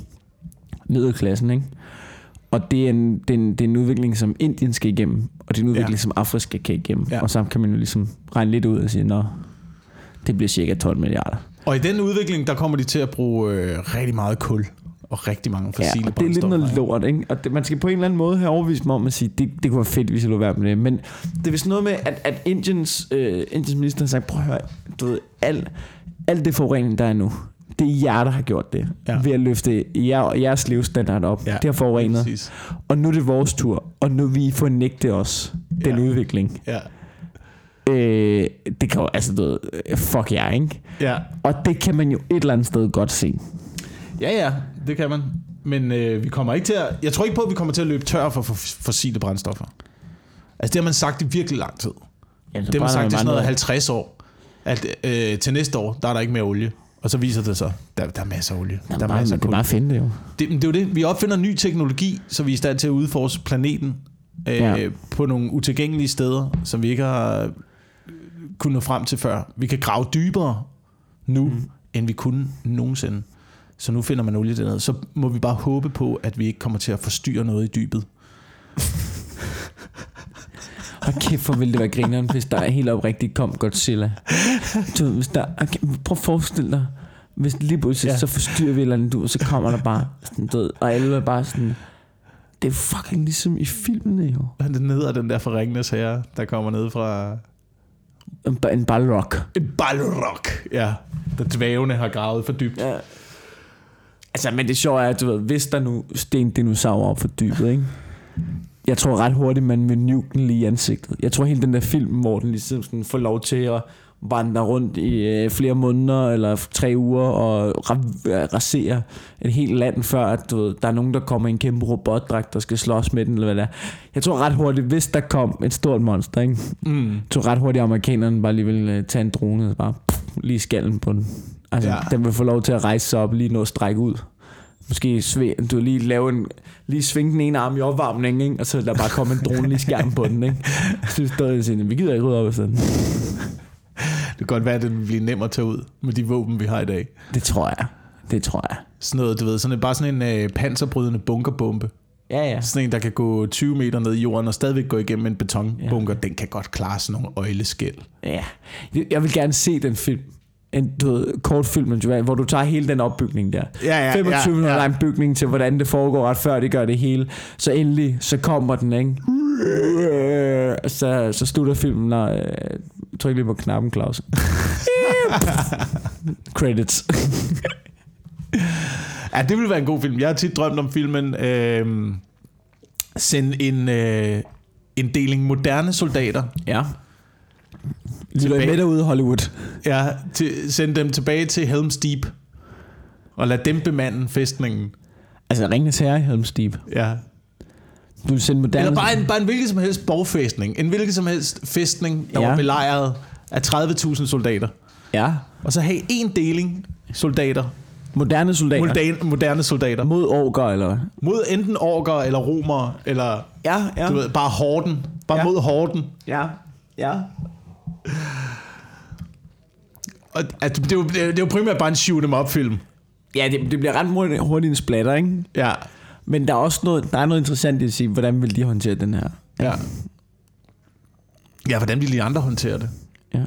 A: middelklassen. Ikke? Og det er, en, det, er en, det er en udvikling, som Indien skal igennem, og det er en udvikling,
B: Ja.
A: ja. som Afrika kan igennem.
B: Ja.
A: Ja. Og så kan man jo ligesom regne lidt ud og sige, nå, det bliver cirka 12 milliarder.
B: Og i den udvikling, der kommer de til at bruge øh, rigtig meget kul og rigtig mange fossile
A: Ja, og det er lidt
B: brændstoffer,
A: noget
B: ikke?
A: lort, ikke? Og det, man skal på en eller anden måde have overbevist mig om at sige, det, det kunne være fedt, hvis jeg lå være med det. Men det er vist noget med, at, at Indiens, øh, Indiens minister har sagt, prøv at høre, du ved, al, al det forurening, der er nu, det er jer, der har gjort det.
B: Ja.
A: Ja. Ved at løfte jer, jeres levestandard op.
B: Ja,
A: Ja. Det har forurenet.
B: Præcis.
A: Og nu er det vores tur, og nu vi fornægte os den
B: Ja.
A: udvikling.
B: Ja.
A: Øh, det kan jo, altså, du ved, øh, fuck jer, ikke?
B: Ja.
A: Og det kan man jo et eller andet sted godt se.
B: ja, ja, det kan man. Men øh, vi kommer ikke til at, jeg tror ikke på, at vi kommer til at løbe tør for, for fossile brændstoffer. Altså det har man sagt i virkelig lang tid.
A: Altså,
B: Det har
A: brænder
B: man sagt i sådan noget
A: meget
B: 50 år, at øh, til næste år, der er der ikke mere olie. Og så viser det sig, der, der er masser af olie.
A: Jamen,
B: der er
A: bare-
B: masser af
A: det er
B: kul.
A: bare at finde det jo.
B: Det, men det er jo det. Vi opfinder ny teknologi, så vi er i stand til at udforske planeten øh, ja.
A: Ja.
B: på nogle utilgængelige steder, som vi ikke har øh, kunnet nå frem til før. Vi kan grave dybere nu, mm. end vi kunne nogensinde. Så nu finder man olie dernede. Så må vi bare håbe på, at vi ikke kommer til at forstyrre noget i dybet.
A: Og kæft, hvor ville det være grineren, hvis der helt oprigtigt kom Godzilla. Du, ved, hvis der, okay, prøv at forestille dig, hvis lige pludselig,
B: Ja.
A: ja. så forstyrrer vi et eller andet, du, og så kommer der bare sådan, du ved, og alle er bare sådan, det er fucking ligesom i filmene jo.
B: Han er nede af den der fra Ringnes herre, der kommer ned fra...
A: En, ba- en balrog.
B: Balrog! Ja, der dvævene har gravet for dybt.
A: Ja. Altså, men det sjove er, at du ved, hvis der nu sten dinosaurer op for dybet, ikke? Jeg tror ret hurtigt, man vil nuke den lige i ansigtet. Jeg tror hele den der film, hvor den ligesom sådan får lov til at vandre rundt i øh, flere måneder eller tre uger og ra- øh, rasere et helt land, før at, du ved, der er nogen, der kommer i en kæmpe robotdragt, der skal slås med den, eller hvad det er. Jeg tror ret hurtigt, hvis der kom et stort monster, ikke?
B: Mm.
A: Jeg tror ret hurtigt, at amerikanerne bare lige vil øh, tage en drone og bare pff, lige i skallen på den. Altså,
B: Ja.
A: ja. den vil få lov til at rejse sig op, lige nå at strække ud. Måske sve, du ved, lige lave en, lige svinge den ene arm i opvarmning, ikke? og så vil der bare komme en drone lige i skærmen på den. Ikke? Så står jeg sådan, vi gider ikke rydde op efter den.
B: Det kan godt være, at det vil blive nemt at tage ud med de våben, vi har i dag.
A: Det tror jeg. Det tror jeg.
B: Sådan noget, du ved, sådan en, bare sådan en øh, panserbrydende bunkerbombe.
A: Ja, ja.
B: Sådan en, der kan gå 20 meter ned i jorden og stadigvæk gå igennem en betonbunker. Ja. Den kan godt klare sådan nogle øjleskæl.
A: Ja. Jeg vil gerne se den film. En du ved, kortfilm, hvor du tager hele den opbygning der.
B: Ja, ja,
A: 25
B: ja,
A: minutter
B: ja.
A: lang bygning til, hvordan det foregår ret før det gør det hele. Så endelig, så kommer den, ikke? Og Så, så slutter filmen, når øh, tryk lige på knappen, Claus. Credits.
B: Ja, det ville være en god film. Jeg har tit drømt om filmen øh, Send en, øh, en deling moderne soldater
A: Ja. Lytter I
B: Tilbage.
A: med derude, Hollywood?
B: ja, til, Send dem tilbage til Helm's Deep Og lad dem bemande fæstningen
A: Altså, Ringnes Herre i Helm's Deep.
B: ja.
A: Du vil sende moderne...
B: Eller bare en, bare en hvilken som helst borgfæstning En hvilken som helst fæstning Der ja.
A: Ja.
B: var belejret af 30.000 soldater
A: Ja.
B: Og så have en deling soldater
A: Moderne soldater.
B: moderne, moderne soldater
A: Mod orker, eller hvad?
B: Mod enten orker eller romere, eller
A: Ja, ja.
B: ja. du ved, bare horden. Bare ja.
A: Ja.
B: mod horden.
A: Ja, ja.
B: Og, at, det, er jo, det er jo primært bare en shoot em up film.
A: Ja, det, det bliver ret hurtigt, hurtigt en splatter, ikke?
B: Ja.
A: Men der er også noget, der er noget interessant i at sige, hvordan vil de håndtere den her?
B: ja. Ja, hvordan ville de andre håndtere det?
A: Ja.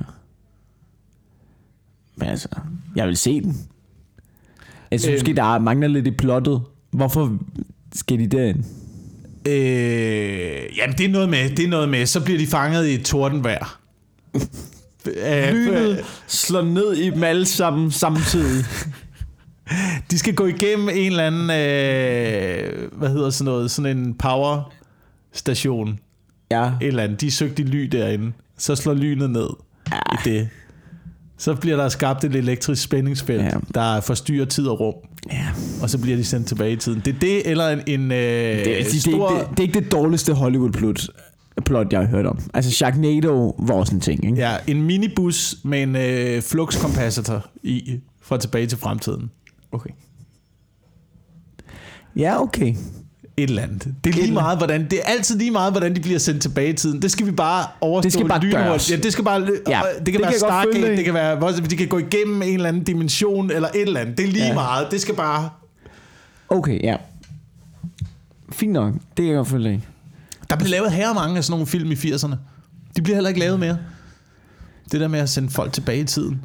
A: Men altså, jeg vil se den. Jeg synes
B: Øhm.
A: måske, der er- mangler lidt i plottet. Hvorfor skal de derind?
B: Øh, jamen, det er, noget med, det er noget med, så bliver de fanget i et tordenvejr. Øh,
A: Lynet slår ned i dem alle sammen samtidig.
B: De skal gå igennem en eller anden, øh, hvad hedder sådan noget, sådan en power station, et
A: ja.
B: eller andet. De søgte ly derinde, så slår lynet ned ja. i
A: Ah.
B: det. Så bliver der skabt et elektrisk spændingsfelt, ja.
A: Ja.
B: der forstyrrer tid og rum,
A: ja.
B: og så bliver de sendt tilbage i tiden. Det er det, eller en, en øh,
A: Det, det, det,
B: stor...
A: det, det, er ikke det dårligste Hollywood-plot, plot, jeg har hørt om. Altså, Sharknado var også en ting, ikke?
B: Ja, en minibus med en øh, flux-kompassator i, fra tilbage til fremtiden.
A: Okay. Ja, okay.
B: Et eller andet. Det er lige meget, hvordan, det er altid lige meget, hvordan de bliver sendt tilbage i tiden. Det skal vi bare overstå.
A: Det skal bare
B: lynhurtigt.
A: gøres.
B: Ja, det skal bare... Ja, det kan det være
A: kan jeg godt følge
B: Stargate,
A: dig i.
B: det kan være... hvor- De kan gå igennem en eller anden dimension, eller et eller andet. Det er lige ja.
A: Ja.
B: meget. Det skal bare...
A: Okay, ja. Fint nok. Det kan jeg godt følge dig i.
B: Der blev lavet her mange af sådan nogle film i 80'erne. De bliver heller ikke lavet mere. Det der med at sende folk tilbage i tiden.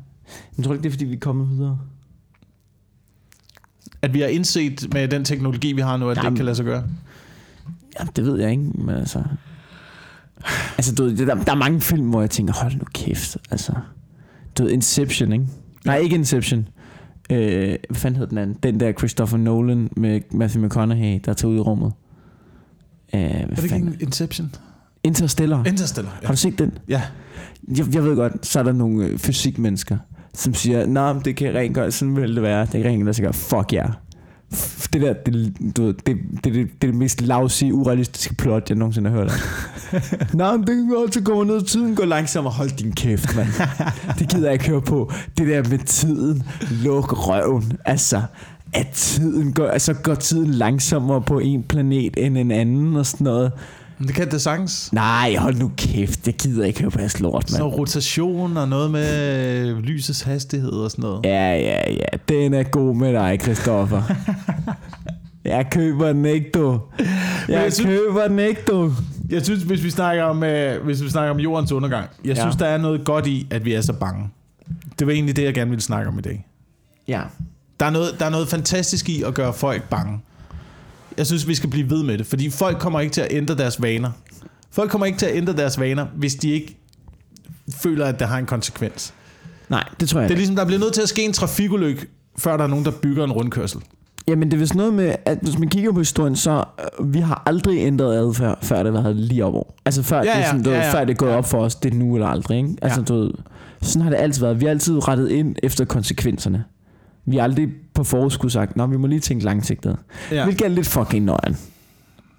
A: Jeg tror ikke, det er, fordi vi er kommet videre.
B: At vi har indset med den teknologi, vi har nu, at Jamen. det
A: Jamen.
B: ikke kan lade sig gøre.
A: Jamen, det ved jeg ikke, men altså... Altså, du ved, det- der, der er mange film, hvor jeg tænker, hold nu kæft, altså... Du ved, Inception, ikke? Nej, ikke Inception. Øh, hvad fanden hed den anden? Den der Christopher Nolan med Matthew McConaughey, der tager ud i rummet. Øh, hvad
B: Er det ikke
A: fanden?
B: en Inception?
A: Interstellar.
B: Interstellar. Ja.
A: Har du set den?
B: ja.
A: Jeg, jeg ved godt, så er der nogle øh, fysikmennesker, som siger, nej, nah, det kan rent godt, sådan vil det være. Det kan rent godt, så gør, fuck jer. Yeah. Det der, det, du ved, det, det, det, det er det mest lavsige, urealistiske plot, jeg nogensinde har hørt om. nej, men det kan godt, så kommer ned, tiden går langsommere. Hold din kæft, mand. Det gider jeg ikke høre på. Det der med tiden, luk røven. Altså, at tiden går, altså går tiden langsommere på en planet end en anden og sådan noget.
B: Men det kan det sagtens.
A: Nej, hold nu kæft, det gider jeg ikke høre på jeres lort, mand.
B: Sådan noget rotation og noget med øh, lysets hastighed og sådan noget.
A: Ja, ja, ja. Den er god med dig, Christoffer. jeg køber den ikke, du. Jeg,
B: jeg
A: jeg
B: synes-
A: køber den ikke, du.
B: Jeg synes, hvis vi snakker om, øh, hvis vi snakker om jordens undergang, jeg ja.
A: Ja.
B: synes, der er noget godt i, at vi er så bange. Det var egentlig det, jeg gerne ville snakke om i dag.
A: Ja.
B: Der er noget, der er noget fantastisk i at gøre folk bange. Jeg synes, vi skal blive ved med det, fordi folk kommer ikke til at ændre deres vaner. Folk kommer ikke til at ændre deres vaner, hvis de ikke føler, at det har en konsekvens.
A: Nej, det tror jeg
B: Det er
A: ikke.
B: ligesom, der bliver nødt til at ske en trafikulykke, før der er nogen, der bygger en rundkørsel.
A: Jamen, det er vist noget med, at hvis man kigger på historien, så øh, vi har aldrig ændret adfærd, før det har været lige op over. Altså, før, ja, det, er sådan, du ja, ja. før det er gået op for os, det er nu eller aldrig. Ikke? Altså,
B: Ja.
A: ja. du ved, sådan har det altid været. Vi har altid rettet ind efter konsekvenserne. Vi har aldrig på forskud sagt, nej, vi må lige tænke langsigtet. Ja. Hvilket er lidt fucking nøjeren.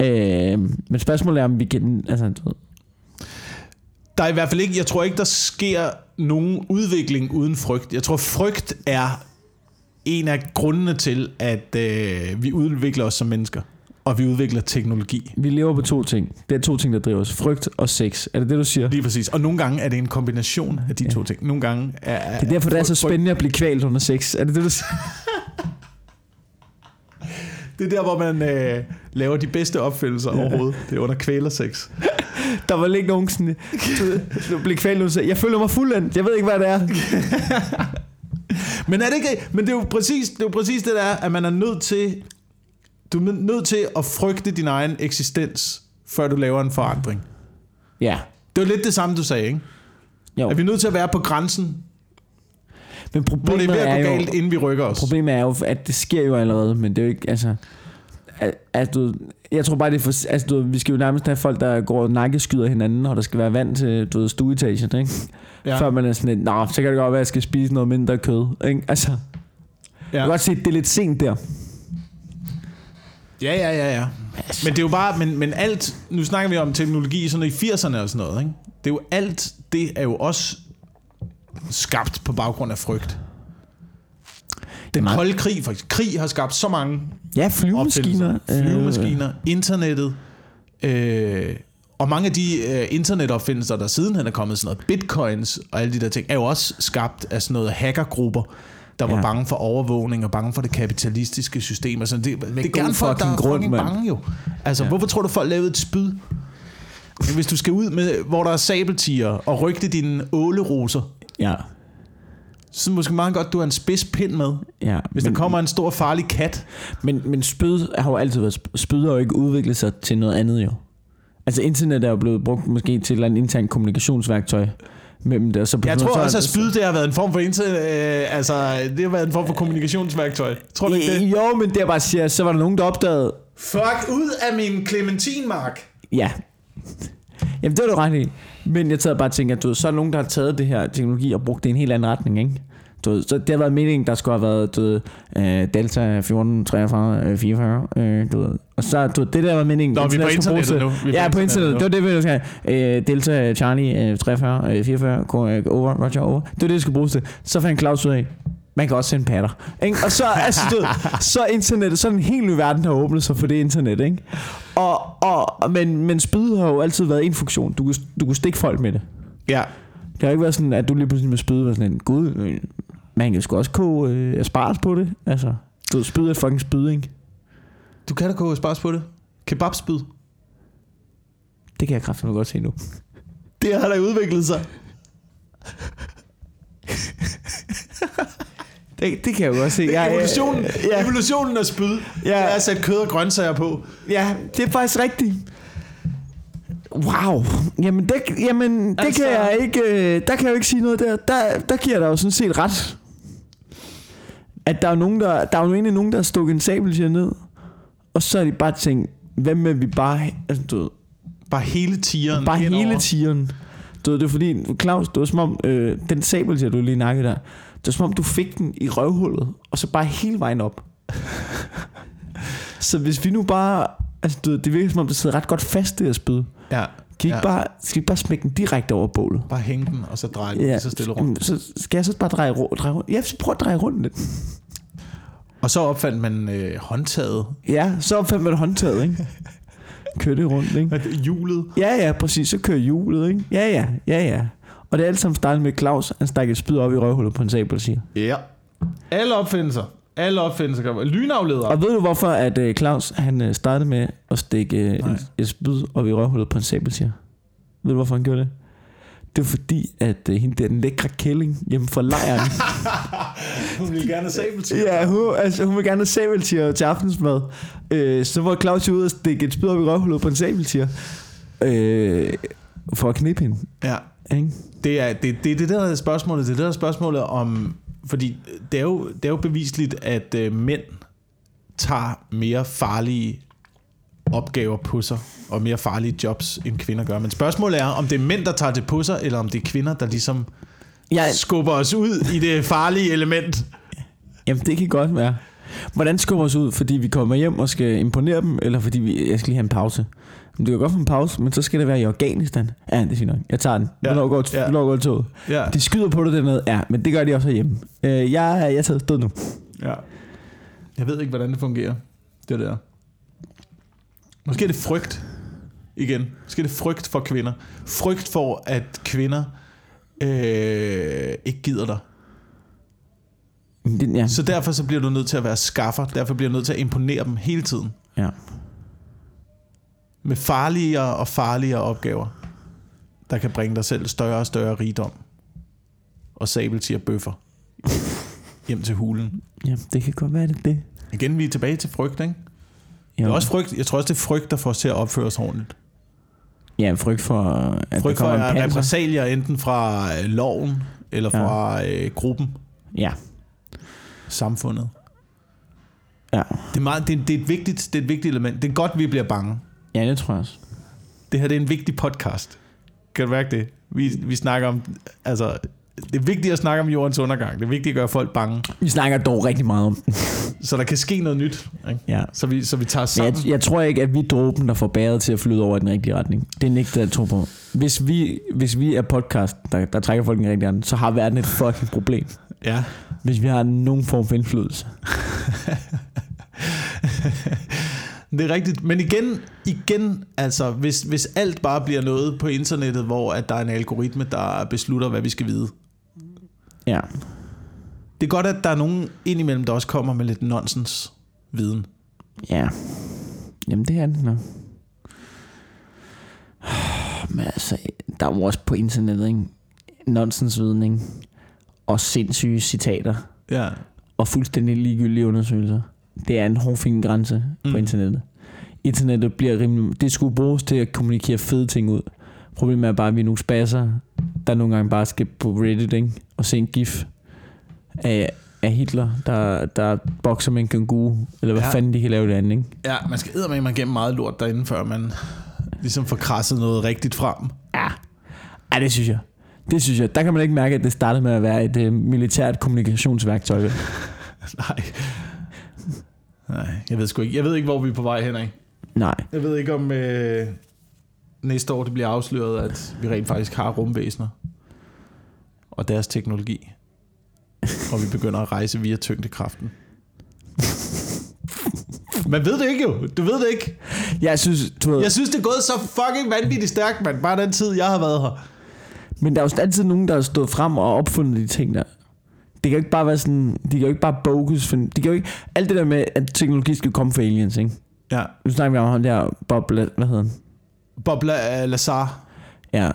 A: Øh, men spørgsmålet er, om vi kan... Altså, du ved,
B: Der er i hvert fald ikke, jeg tror ikke, der sker nogen udvikling uden frygt. Jeg tror, frygt er en af grundene til, at øh, vi udvikler os som mennesker, og vi udvikler teknologi.
A: vi lever på to ting. Det er to ting, der driver os. Frygt og sex. Er det det, du siger?
B: Lige præcis. Og nogle gange er det en kombination af de ja. to ting. Nogle gange er...
A: Det er derfor, det er så
B: frygt-
A: spændende at blive kvalt under sex. Er det det, du siger?
B: Det er der, hvor man øh, laver de bedste opfældelser ja. overhovedet. Det er under kvælersex.
A: Der var ikke nogen sådan... Du, ved, du blev kvalt under sex. Jeg føler mig fuldendt. Jeg ved ikke, hvad det er.
B: Men er det ikke... Men det er jo præcis det, er jo præcis det der er, at man er nødt til... Du er nødt til at frygte din egen eksistens, før du laver en forandring.
A: Ja.
B: Det var lidt det samme, du sagde, ikke?
A: Jo.
B: Er vi nødt til at være på grænsen,
A: Men
B: hvor det er
A: problemet
B: ved
A: er,
B: at gå
A: jo,
B: galt, inden vi rykker os?
A: problemet er jo, at det sker jo allerede, men det er jo ikke... Altså, at, at, du, ved, jeg tror bare, det er for, altså, du, ved, vi skal jo nærmest have folk, der går og nakkeskyder hinanden, og der skal være vand til du ved, stueetagen, ikke?
B: Ja.
A: Ja. Før man er sådan lidt, nå, så kan det godt være, at jeg skal spise noget mindre kød. Ikke? Altså, ja. Jeg
B: Ja.
A: kan godt se, at det er lidt sent der.
B: ja, ja, ja, ja.
A: Altså.
B: Men det er jo bare, men, men alt, nu snakker vi om teknologi sådan i 80'erne og sådan noget, ikke? Det er jo alt, det er jo også skabt på baggrund af frygt. Den
A: meget-
B: kolde krig, faktisk. Krig har skabt så mange
A: Ja, flyvemaskiner. øh,
B: opfindelser. Flyvemaskiner, internettet, øh, og mange af de øh, internetopfindelser, der sidenhen er kommet, sådan noget bitcoins og alle de der ting, er jo også skabt af sådan noget hackergrupper, der var ja.
A: Ja.
B: bange for overvågning og bange for det kapitalistiske system. Altså, det, det er
A: god
B: gerne folk, der er
A: fucking grund,
B: fucking
A: mand.
B: bange jo. Altså, ja. hvorfor tror du, folk lavede et spyd? Men Hvis du skal ud, med, hvor der er sabeltiger, og rygte dine åleroser,
A: Øh, ja.
B: Så måske meget godt, du har en spids pind med.
A: Ja,
B: Hvis men,
A: men,
B: der kommer en stor farlig kat.
A: men, men spyd har jo altid været... sp- Spyd har jo ikke udviklet sig til noget andet jo. Altså internet er jo blevet brugt måske til et eller andet internt kommunikationsværktøj mellem det, og så på
B: Jeg
A: sådan-
B: tror
A: så-
B: også, at spyd det har været en form for inter, øh, altså, det har været en form for kommunikationsværktøj. Tror du ikke det?
A: Øh, Jo, men det er bare siger, så var der nogen, der opdagede...
B: Fuck ud af min clementinmark.
A: Ja. Jamen, det var du ret i. Men jeg tager bare og tænker, at du ved, så er der nogen, der har taget det her teknologi og brugt det i en helt anden retning, ikke? Du ved, så det har været meningen, der skulle have været du ved, øh, Delta 14, 43, øh, 44, øh, du ved. Og så, du ved, det der var meningen.
B: Nå, vi er på
A: internet skulle bruges
B: internettet
A: til-
B: nu. Vi er
A: ja,
B: på
A: på internettet. Det
B: internettet
A: var det, vi skal have. øh, Delta Charlie øh, 43, øh, 44, go- øh, over, Roger, over. Det var det, det skulle bruges til. Så fandt Claus ud af, man kan også sende patter. Ikke? Og så, altså, du, ved, så er internettet, så er en helt ny verden, der har åbnet sig for det internet. Ikke? Og, og, men, men spyd har jo altid været en funktion. Du kunne, du kunne stikke folk med det.
B: Ja.
A: Det har ikke været sådan, at du lige pludselig med spyd var sådan en, gud, øh, man kan jo sgu også koge øh, spars på det. Altså, du ved, spyd er fucking spyd, ikke?
B: Du kan da koge spars på det. Kebabspyd.
A: Det kan jeg kraftigt godt se nu.
B: Det har da udviklet sig.
A: Det, det kan jeg jo godt se. Jeg,
B: Evolutionen, ja.
A: ja.
B: evolutionen af spyd. Ja.
A: Ja.
B: Jeg har sat kød og grøntsager på.
A: Ja, det er faktisk rigtigt. Wow. Jamen, det, jamen, det altså...
B: Altså-
A: kan jeg ikke, øh, der kan jeg jo ikke sige noget der. Der, der giver der jo sådan set ret. At der er, nogen, der, der er jo egentlig nogen, der har stukket en sabeltjer ned. Og så har de bare tænkt, hvad med vi bare... Altså, du ved,
B: Bare hele tieren.
A: Mm. bare
B: indover.
A: hele tieren. Du ved, det er fordi, Claus, det var som om, øh, den sabeltjer, du lige nakkede der, det var som om, du fik den i røvhullet, og så bare hele vejen op. så hvis vi nu bare, altså du ved, det virker som om, det sidder ret godt fast, det her spyd.
B: Ja.
A: Kan I ikke
B: Ja.
A: ja. bare, skal vi bare smække den direkte over bålet?
B: Bare hænge den, og så dreje den, ja. så stille rundt.
A: Mm, Så skal jeg så bare dreje, ru- dreje rundt? Ja, så prøv at dreje rundt lidt.
B: Og så opfandt man øh, håndtaget.
A: Ja, så opfandt man håndtaget, ikke? Kør det rundt, ikke?
B: Hjulet.
A: Ja, ja, præcis. Så kører hjulet, ikke? Ja, ja, ja, ja. Og det er alt sammen startet med Claus. Han stak et spyd op i røvhullet på en sabel, siger.
B: Ja. Alle opfindelser. Alle opfindelser kommer. Lynafledere.
A: Og ved du, hvorfor at øh, Claus han øh, startede med at stikke øh,
B: Nej.
A: en, et spyd op i røvhullet på en sabel, siger? Ved du, hvorfor han gjorde det? Det var fordi, at øh, hende der, den lækre kælling hjemme fra lejren.
B: Hun ville gerne have sabel til.
A: ja, hun, altså, hun vil gerne have sabeltiger til aftensmad. Øh, så var Claus jo ude og stikke et spyd op i røvhullet på en sabeltiger. Øh, for at knippe hende,
B: ja.
A: ikke?
B: Det er det, det, er det der er spørgsmålet. Det er det der er spørgsmålet om... Fordi det er jo, det er jo bevisligt, at øh, mænd tager mere farlige opgaver på sig, og mere farlige jobs, end kvinder gør. Men spørgsmålet er, om det er mænd, der tager det på sig, eller om det er kvinder, der ligesom
A: Jeg,
B: skubber os ud i det farlige element.
A: Jamen, det kan godt være. Hvordan skubber os ud? Fordi vi kommer hjem og skal imponere dem, eller fordi vi, jeg skal lige have en pause? Men du kan godt få en pause, men så skal det være i Afghanistan. Ja, det er fint nok. Jeg tager den.
B: Ja.
A: Ja. Hvornår går,
B: Ja.
A: ja. hvornår går toget?
B: Ja.
A: De skyder på det dernede. Ja, men det gør de også herhjemme. Øh, jeg, er- jeg er taget sted nu.
B: Ja. Jeg ved ikke, hvordan det fungerer, det der. Måske er det frygt. Igen. Måske er det frygt for kvinder. Frygt for, at kvinder øh, ikke gider dig.
A: Men Det, ja.
B: Så derfor så bliver du nødt til at være skaffer. Derfor bliver du nødt til at imponere dem hele tiden.
A: ja.
B: Med farligere og farligere opgaver, der kan bringe dig selv større og større rigdom. Og sabeltiger bøffer. Hjem til hulen.
A: ja, det kan godt være det. er det.
B: Igen, vi er tilbage til frygt, ikke?
A: Ja,
B: Det er også frygt. Jeg tror også, det er frygt, der får os til at opføre os ordentligt.
A: ja, frygt for, at
B: Frygt
A: der
B: for
A: kommer en
B: at
A: panser.
B: repressalier enten fra øh, loven eller
A: Ja.
B: fra øh, gruppen,
A: Ja,
B: samfundet.
A: ja.
B: Det er, meget, det, er, det, er et vigtigt, det er et vigtigt element. Det er godt, vi bliver bange.
A: ja, det tror jeg også.
B: Det her det er en vigtig podcast. Kan du mærke det? Vi, vi snakker om... Altså, det er vigtigt at snakke om jordens undergang. Det er vigtigt at gøre folk bange,
A: Vi snakker dog rigtig meget om den.
B: så der kan ske noget nyt. Ikke?
A: Ja.
B: Så, vi, så vi tager os
A: Men
B: sammen.
A: jeg, jeg tror ikke, at vi er dråben, der får bæret til at flyde over i den rigtige retning. Det nægter jeg at tro på. Hvis vi, hvis vi er podcast, der, der trækker folk i den rigtige retning, så har verden et fucking problem.
B: Ja.
A: Hvis vi har nogen form for indflydelse.
B: Det er rigtigt. Men igen, igen altså, hvis, hvis alt bare bliver noget på internettet, hvor at der er en algoritme, der beslutter, hvad vi skal vide,
A: Ja.
B: Det er godt, at der er nogen indimellem, der også kommer med lidt nonsens viden.
A: Ja. Jamen, det er det nok. Men altså, der er jo også på internettet, ikke? Nonsensviden, ikke? og sindssyge citater
B: Ja.
A: og fuldstændig ligegyldige undersøgelser. Det er en hårdfin grænse mm.
B: Mm.
A: på internettet. Internettet bliver rimelig... Det skulle bruges til at kommunikere fede ting ud. Problemet er bare, at vi er nogle spasser, der nogle gange bare skal på Reddit ikke? og se en gif af, af Hitler, der, der bokser med en kanguru, eller hvad ja.
B: Ja.
A: fanden de kan lave det andet. Ikke?
B: ja, man skal eddermame mig igennem meget lort derinde, før man ligesom får krasset noget rigtigt frem.
A: Ja. ja, det synes jeg. Det synes jeg. Der kan man ikke mærke, at det startede med at være et øh, militært kommunikationsværktøj. vel?
B: Nej. Nej, jeg ved sgu ikke. Jeg ved ikke, hvor vi er på vej hen af.
A: Nej.
B: Jeg ved ikke, om øh, næste år det bliver afsløret, at vi rent faktisk har rumvæsener og deres teknologi. Og vi begynder at rejse via tyngdekraften. Man ved det ikke jo. Du ved det ikke.
A: Jeg synes, du ved,
B: Jeg synes, det er gået så fucking vanvittigt stærkt, mand. Bare den tid, jeg har været her.
A: Men der er jo altid nogen, der har stået frem og opfundet de ting der. Det kan jo ikke bare være sådan, de kan jo ikke bare bogus, for, de kan jo ikke, alt det der med, at teknologi skal komme fra aliens, ikke?
B: Ja.
A: Nu snakker vi om ham der, Bob, La- hvad hedder han?
B: Bob La- øh, Lazar.
A: Ja.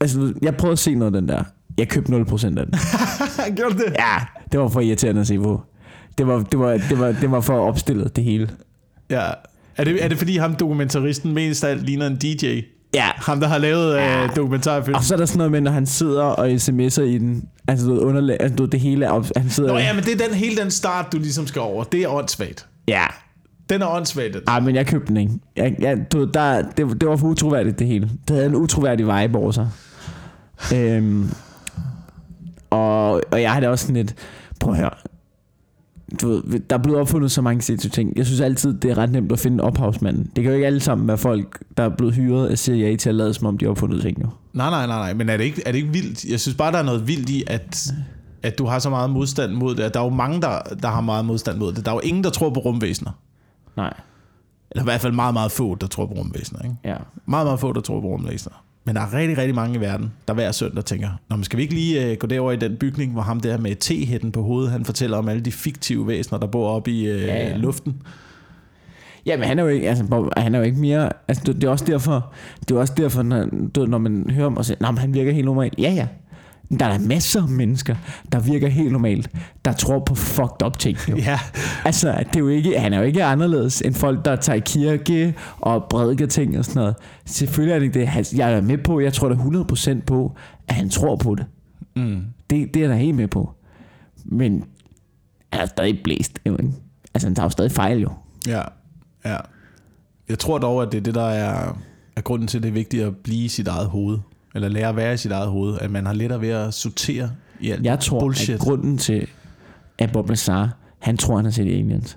A: Altså, jeg prøvede at se noget af den der. Jeg købte 0% af den.
B: Gjorde det?
A: Ja, det var for irriterende at se på. Det var, det var, det var, det var for opstillet, det hele.
B: Ja. Er det, er det fordi ham dokumentaristen mest af alt ligner en DJ?
A: Ja.
B: Ham, der har lavet
A: Ja.
B: øh, dokumentarfilm.
A: Og så er der sådan noget med, når han sidder og sms'er i den. Altså, du ved, underlag, altså, du ved, det hele er op, han sidder...
B: Nå ja, men det er den, hele den start, du ligesom skal over. Det er åndssvagt.
A: ja.
B: Den er åndssvagt. den.
A: Ej, men jeg købte den ikke. Jeg, jeg, du, ved, der, det, det var for utroværdigt, det hele. Det havde en utroværdig vibe over sig. Øhm, og, og jeg har det også sådan lidt... Prøv at høre. Du ved, der er blevet opfundet så mange sindssyge ting. Jeg synes altid, det er ret nemt at finde ophavsmanden. Det kan jo ikke alle sammen være folk, der er blevet hyret af CIA til at lade som om, de har opfundet ting. Jo.
B: Nej, nej, nej, nej. Men er det, ikke, er det ikke vildt? Jeg synes bare, der er noget vildt i, at, at du har så meget modstand mod det. Der er jo mange, der, der har meget modstand mod det. Der er jo ingen, der tror på rumvæsener.
A: Nej.
B: Eller i hvert fald meget, meget få, der tror på rumvæsener. Ikke?
A: Ja.
B: Meget, meget få, der tror på rumvæsener. Men der er rigtig, rigtig mange i verden, der hver søndag tænker, Nå, men skal vi ikke lige øh, gå derover i den bygning, hvor ham der med T-hætten på hovedet, han fortæller om alle de fiktive væsener, der bor oppe i øh,
A: Ja,
B: ja,
A: ja.
B: ja. luften.
A: Ja, men han er jo ikke, altså, Bob, han er jo ikke mere... Altså, det, det, er også derfor, det er også derfor når, du, ved, når man hører ham og siger, "Nå, men han virker helt normalt. Ja, ja. Men Der er da masser af mennesker, der virker helt normalt, der tror på fucked up ting. Jo.
B: Ja,
A: Altså, det er jo ikke, han er jo ikke anderledes end folk, der tager i kirke og prædiker ting og sådan noget. Selvfølgelig er det ikke det. Han- Jeg er med på, jeg tror da 100% på, at han tror på det.
B: mm.
A: Det, det er jeg da helt med på. Men han er stadig blæst. jo, ikke? Altså, han tager jo stadig fejl jo.
B: Ja, ja. Jeg tror dog, at det er det, der er, er grunden til, at det er vigtigt at blive i sit eget hoved. Eller lære at være i sit eget hoved. At man har lettere ved at sortere i alt
A: Jeg tror, Bullshit.
B: bullshit.
A: at grunden til, at Bob Lazar, han tror, han har set aliens,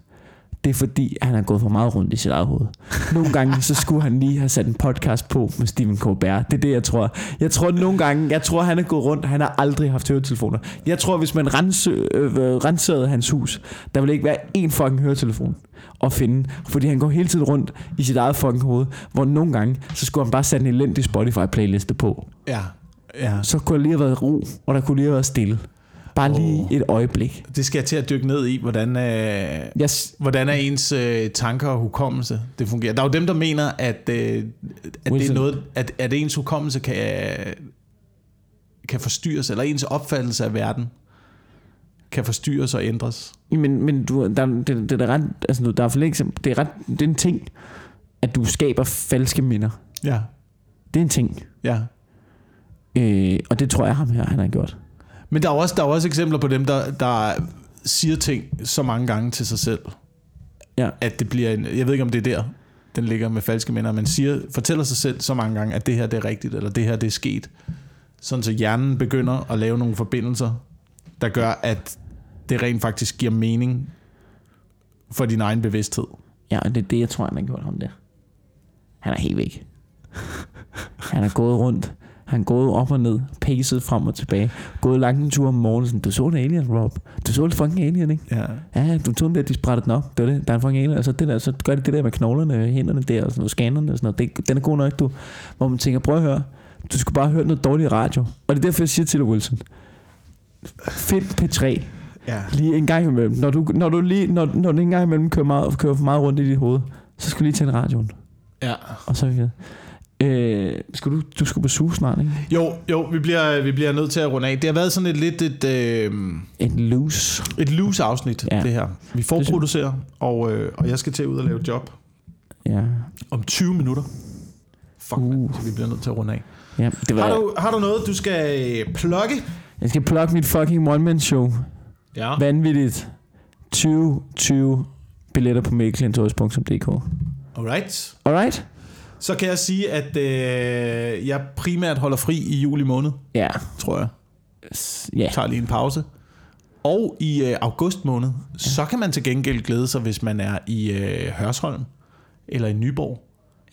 A: det er fordi, han har gået for meget rundt i sit eget hoved. Nogle gange, så skulle han lige have sat en podcast på med Stephen Colbert. Det er det, jeg tror. Jeg tror nogle gange, jeg tror, han er gået rundt, han har aldrig haft høretelefoner. Jeg tror, hvis man rense, øh, øh, renserede hans hus, der ville ikke være én fucking høretelefon at finde. Fordi han går hele tiden rundt i sit eget fucking hoved, hvor nogle gange, så skulle han bare sætte en elendig Spotify-playliste på
B: Ja, ja.
A: så kunne der lige have været ro, og der kunne lige have været stille. Bare oh. lige
B: Åh.
A: et øjeblik.
B: Det skal jeg til at dykke ned i, hvordan, øh,
A: Jeg, s-
B: hvordan er ens øh, tanker og hukommelse det fungerer. Der er jo dem, der mener, at, øh, at, det er
A: Wilson.
B: noget, at, at ens hukommelse kan, kan forstyrres, eller ens opfattelse af verden kan forstyrres og ændres.
A: men, men du, der, det, det, er da ret, altså, du- der er for længe, det er, ret, det er en ting, at du skaber falske minder.
B: Ja,
A: Det er en ting.
B: ja.
A: Øh, og det tror jeg ham her, han har gjort.
B: Men der er jo også, der er jo også eksempler på dem, der, der siger ting så mange gange til sig selv,
A: Ja.
B: at det bliver en, jeg ved ikke om det er der, den ligger med falske minder, men siger, fortæller sig selv så mange gange, at det her det er rigtigt, eller det her det er sket. Sådan så hjernen begynder at lave nogle forbindelser, der gør, at det rent faktisk giver mening for din egen bevidsthed.
A: ja, og det er det, jeg tror, han har gjort ham der. Han er helt væk. han er gået rundt. Han er gået op og ned, pacet frem og tilbage. Gået lange ture om morgenen. sådan, Du så en alien, Rob. Du så en fucking alien, ikke?
B: Ja.
A: Ja, du tog den der, de sprætter den op. Det var det. Der er en fucking alien. Og så, det der, så gør de det der med knoglerne, hænderne der, og sådan noget, scannerne og sådan noget. Det, den er god nok, du. Hvor man tænker, prøv at høre. Du skulle bare høre noget dårligt radio. Og det er derfor, jeg siger til dig, Wilson. Find P3
B: ja.
A: lige en gang imellem. Når du, når du, lige, når, når du en gang imellem kører, meget, kører for meget rundt i dit hoved, så skal du lige tænde radioen.
B: ja.
A: Og så videre. Øh, skal du, du skulle på suge snart, ikke?
B: Jo, jo, vi bliver, vi bliver nødt til at runde af. Det har været sådan et lidt et, øh,
A: En loose.
B: et loose afsnit, ja.
A: Ja.
B: det her. Vi
A: Det synes-
B: forproducerer, og, øh, og jeg skal til ud og lave et job
A: Ja.
B: om 20 minutter. Fuck, uh. man,
A: Uh.
B: så vi bliver nødt til at runde af.
A: ja det var,
B: Har du, har du noget, du skal øh, plukke?
A: Jeg skal plukke mit fucking one-man-show.
B: Ja.
A: Vanvittigt. 20, 20 billetter på mailklintorius.dk.
B: Alright.
A: Alright?
B: Så kan jeg sige, at øh, jeg primært holder fri i juli måned,
A: Ja.
B: tror jeg.
A: S- Ja.
B: tager lige en pause. Og i øh, august måned, ja. så kan man til gengæld glæde sig, hvis man er i øh, Hørsholm, eller i Nyborg,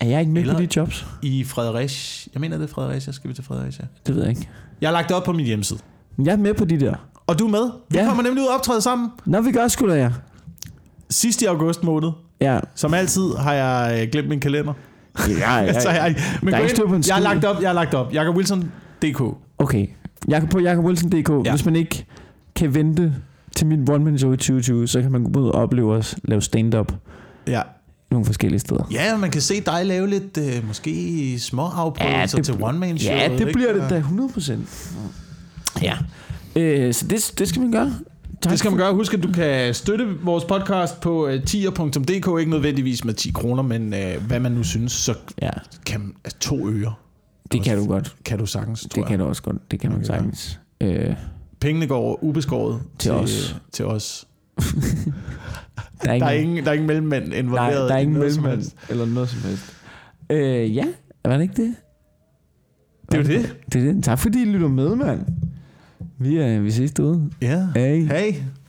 A: Er jeg ikke med
B: Eller-
A: på de jobs?
B: i Fredericia. Jeg mener, det er Fredericia. Skal vi til Fredericia?
A: Det ved jeg ikke.
B: Jeg har lagt det op på min hjemmeside.
A: Men jeg er med på de der.
B: Og du er med. Vi ja.
A: Ja.
B: kommer nemlig ud og optræde sammen.
A: Nå, vi gør sgu da, ja.
B: Sidst i august måned.
A: Ja.
B: Som altid har jeg øh, glemt min kalender.
A: ja,
B: Så
A: ja.
B: jeg, Altså, men
A: Der er
B: gå
A: ikke
B: ind.
A: styr på en
B: jeg har
A: skid.
B: lagt op, jeg har lagt op. Jakob Wilson, DK.
A: Okay. Jeg kan på jakobwilson.dk.
B: Ja.
A: Ja. Hvis man ikke kan vente til min one-man-show i 2020, så kan man gå ud og opleve os lave stand-up
B: Ja.
A: nogle forskellige steder.
B: ja, man kan se dig lave lidt, øh, måske små afbrydelser ja,
A: det-
B: til one-man-show.
A: Ja, det bliver det da 100%. Ja. Øh, så det, det skal man gøre. Tak
B: Det skal man gøre. Husk, at du kan støtte vores podcast på øh, tier.dk. Ikke nødvendigvis med 10 kroner, men øh, hvad man nu synes, så
A: Ja,
B: kan altså, to øre
A: det kan du godt.
B: kan du sagtens, tror
A: Det
B: jeg.
A: kan du også godt. Det kan man
B: Okay, ja.
A: sagtens. Øh,
B: Pengene går ubeskåret til, øh,
A: os.
B: Til os.
A: der er
B: Der, er
A: ingen,
B: ingen, der er ingen mellemmænd
A: nej,
B: involveret.
A: der er
B: i
A: ingen
B: noget som
A: mellemmand
B: helst.
A: eller noget som helst. Øh, ja, var det ikke det?
B: Det er jo det.
A: Det er det. Tak fordi I lytter med, mand. Vi, øh, vi ses derude.
B: Ja.
A: Hey.
B: Hey.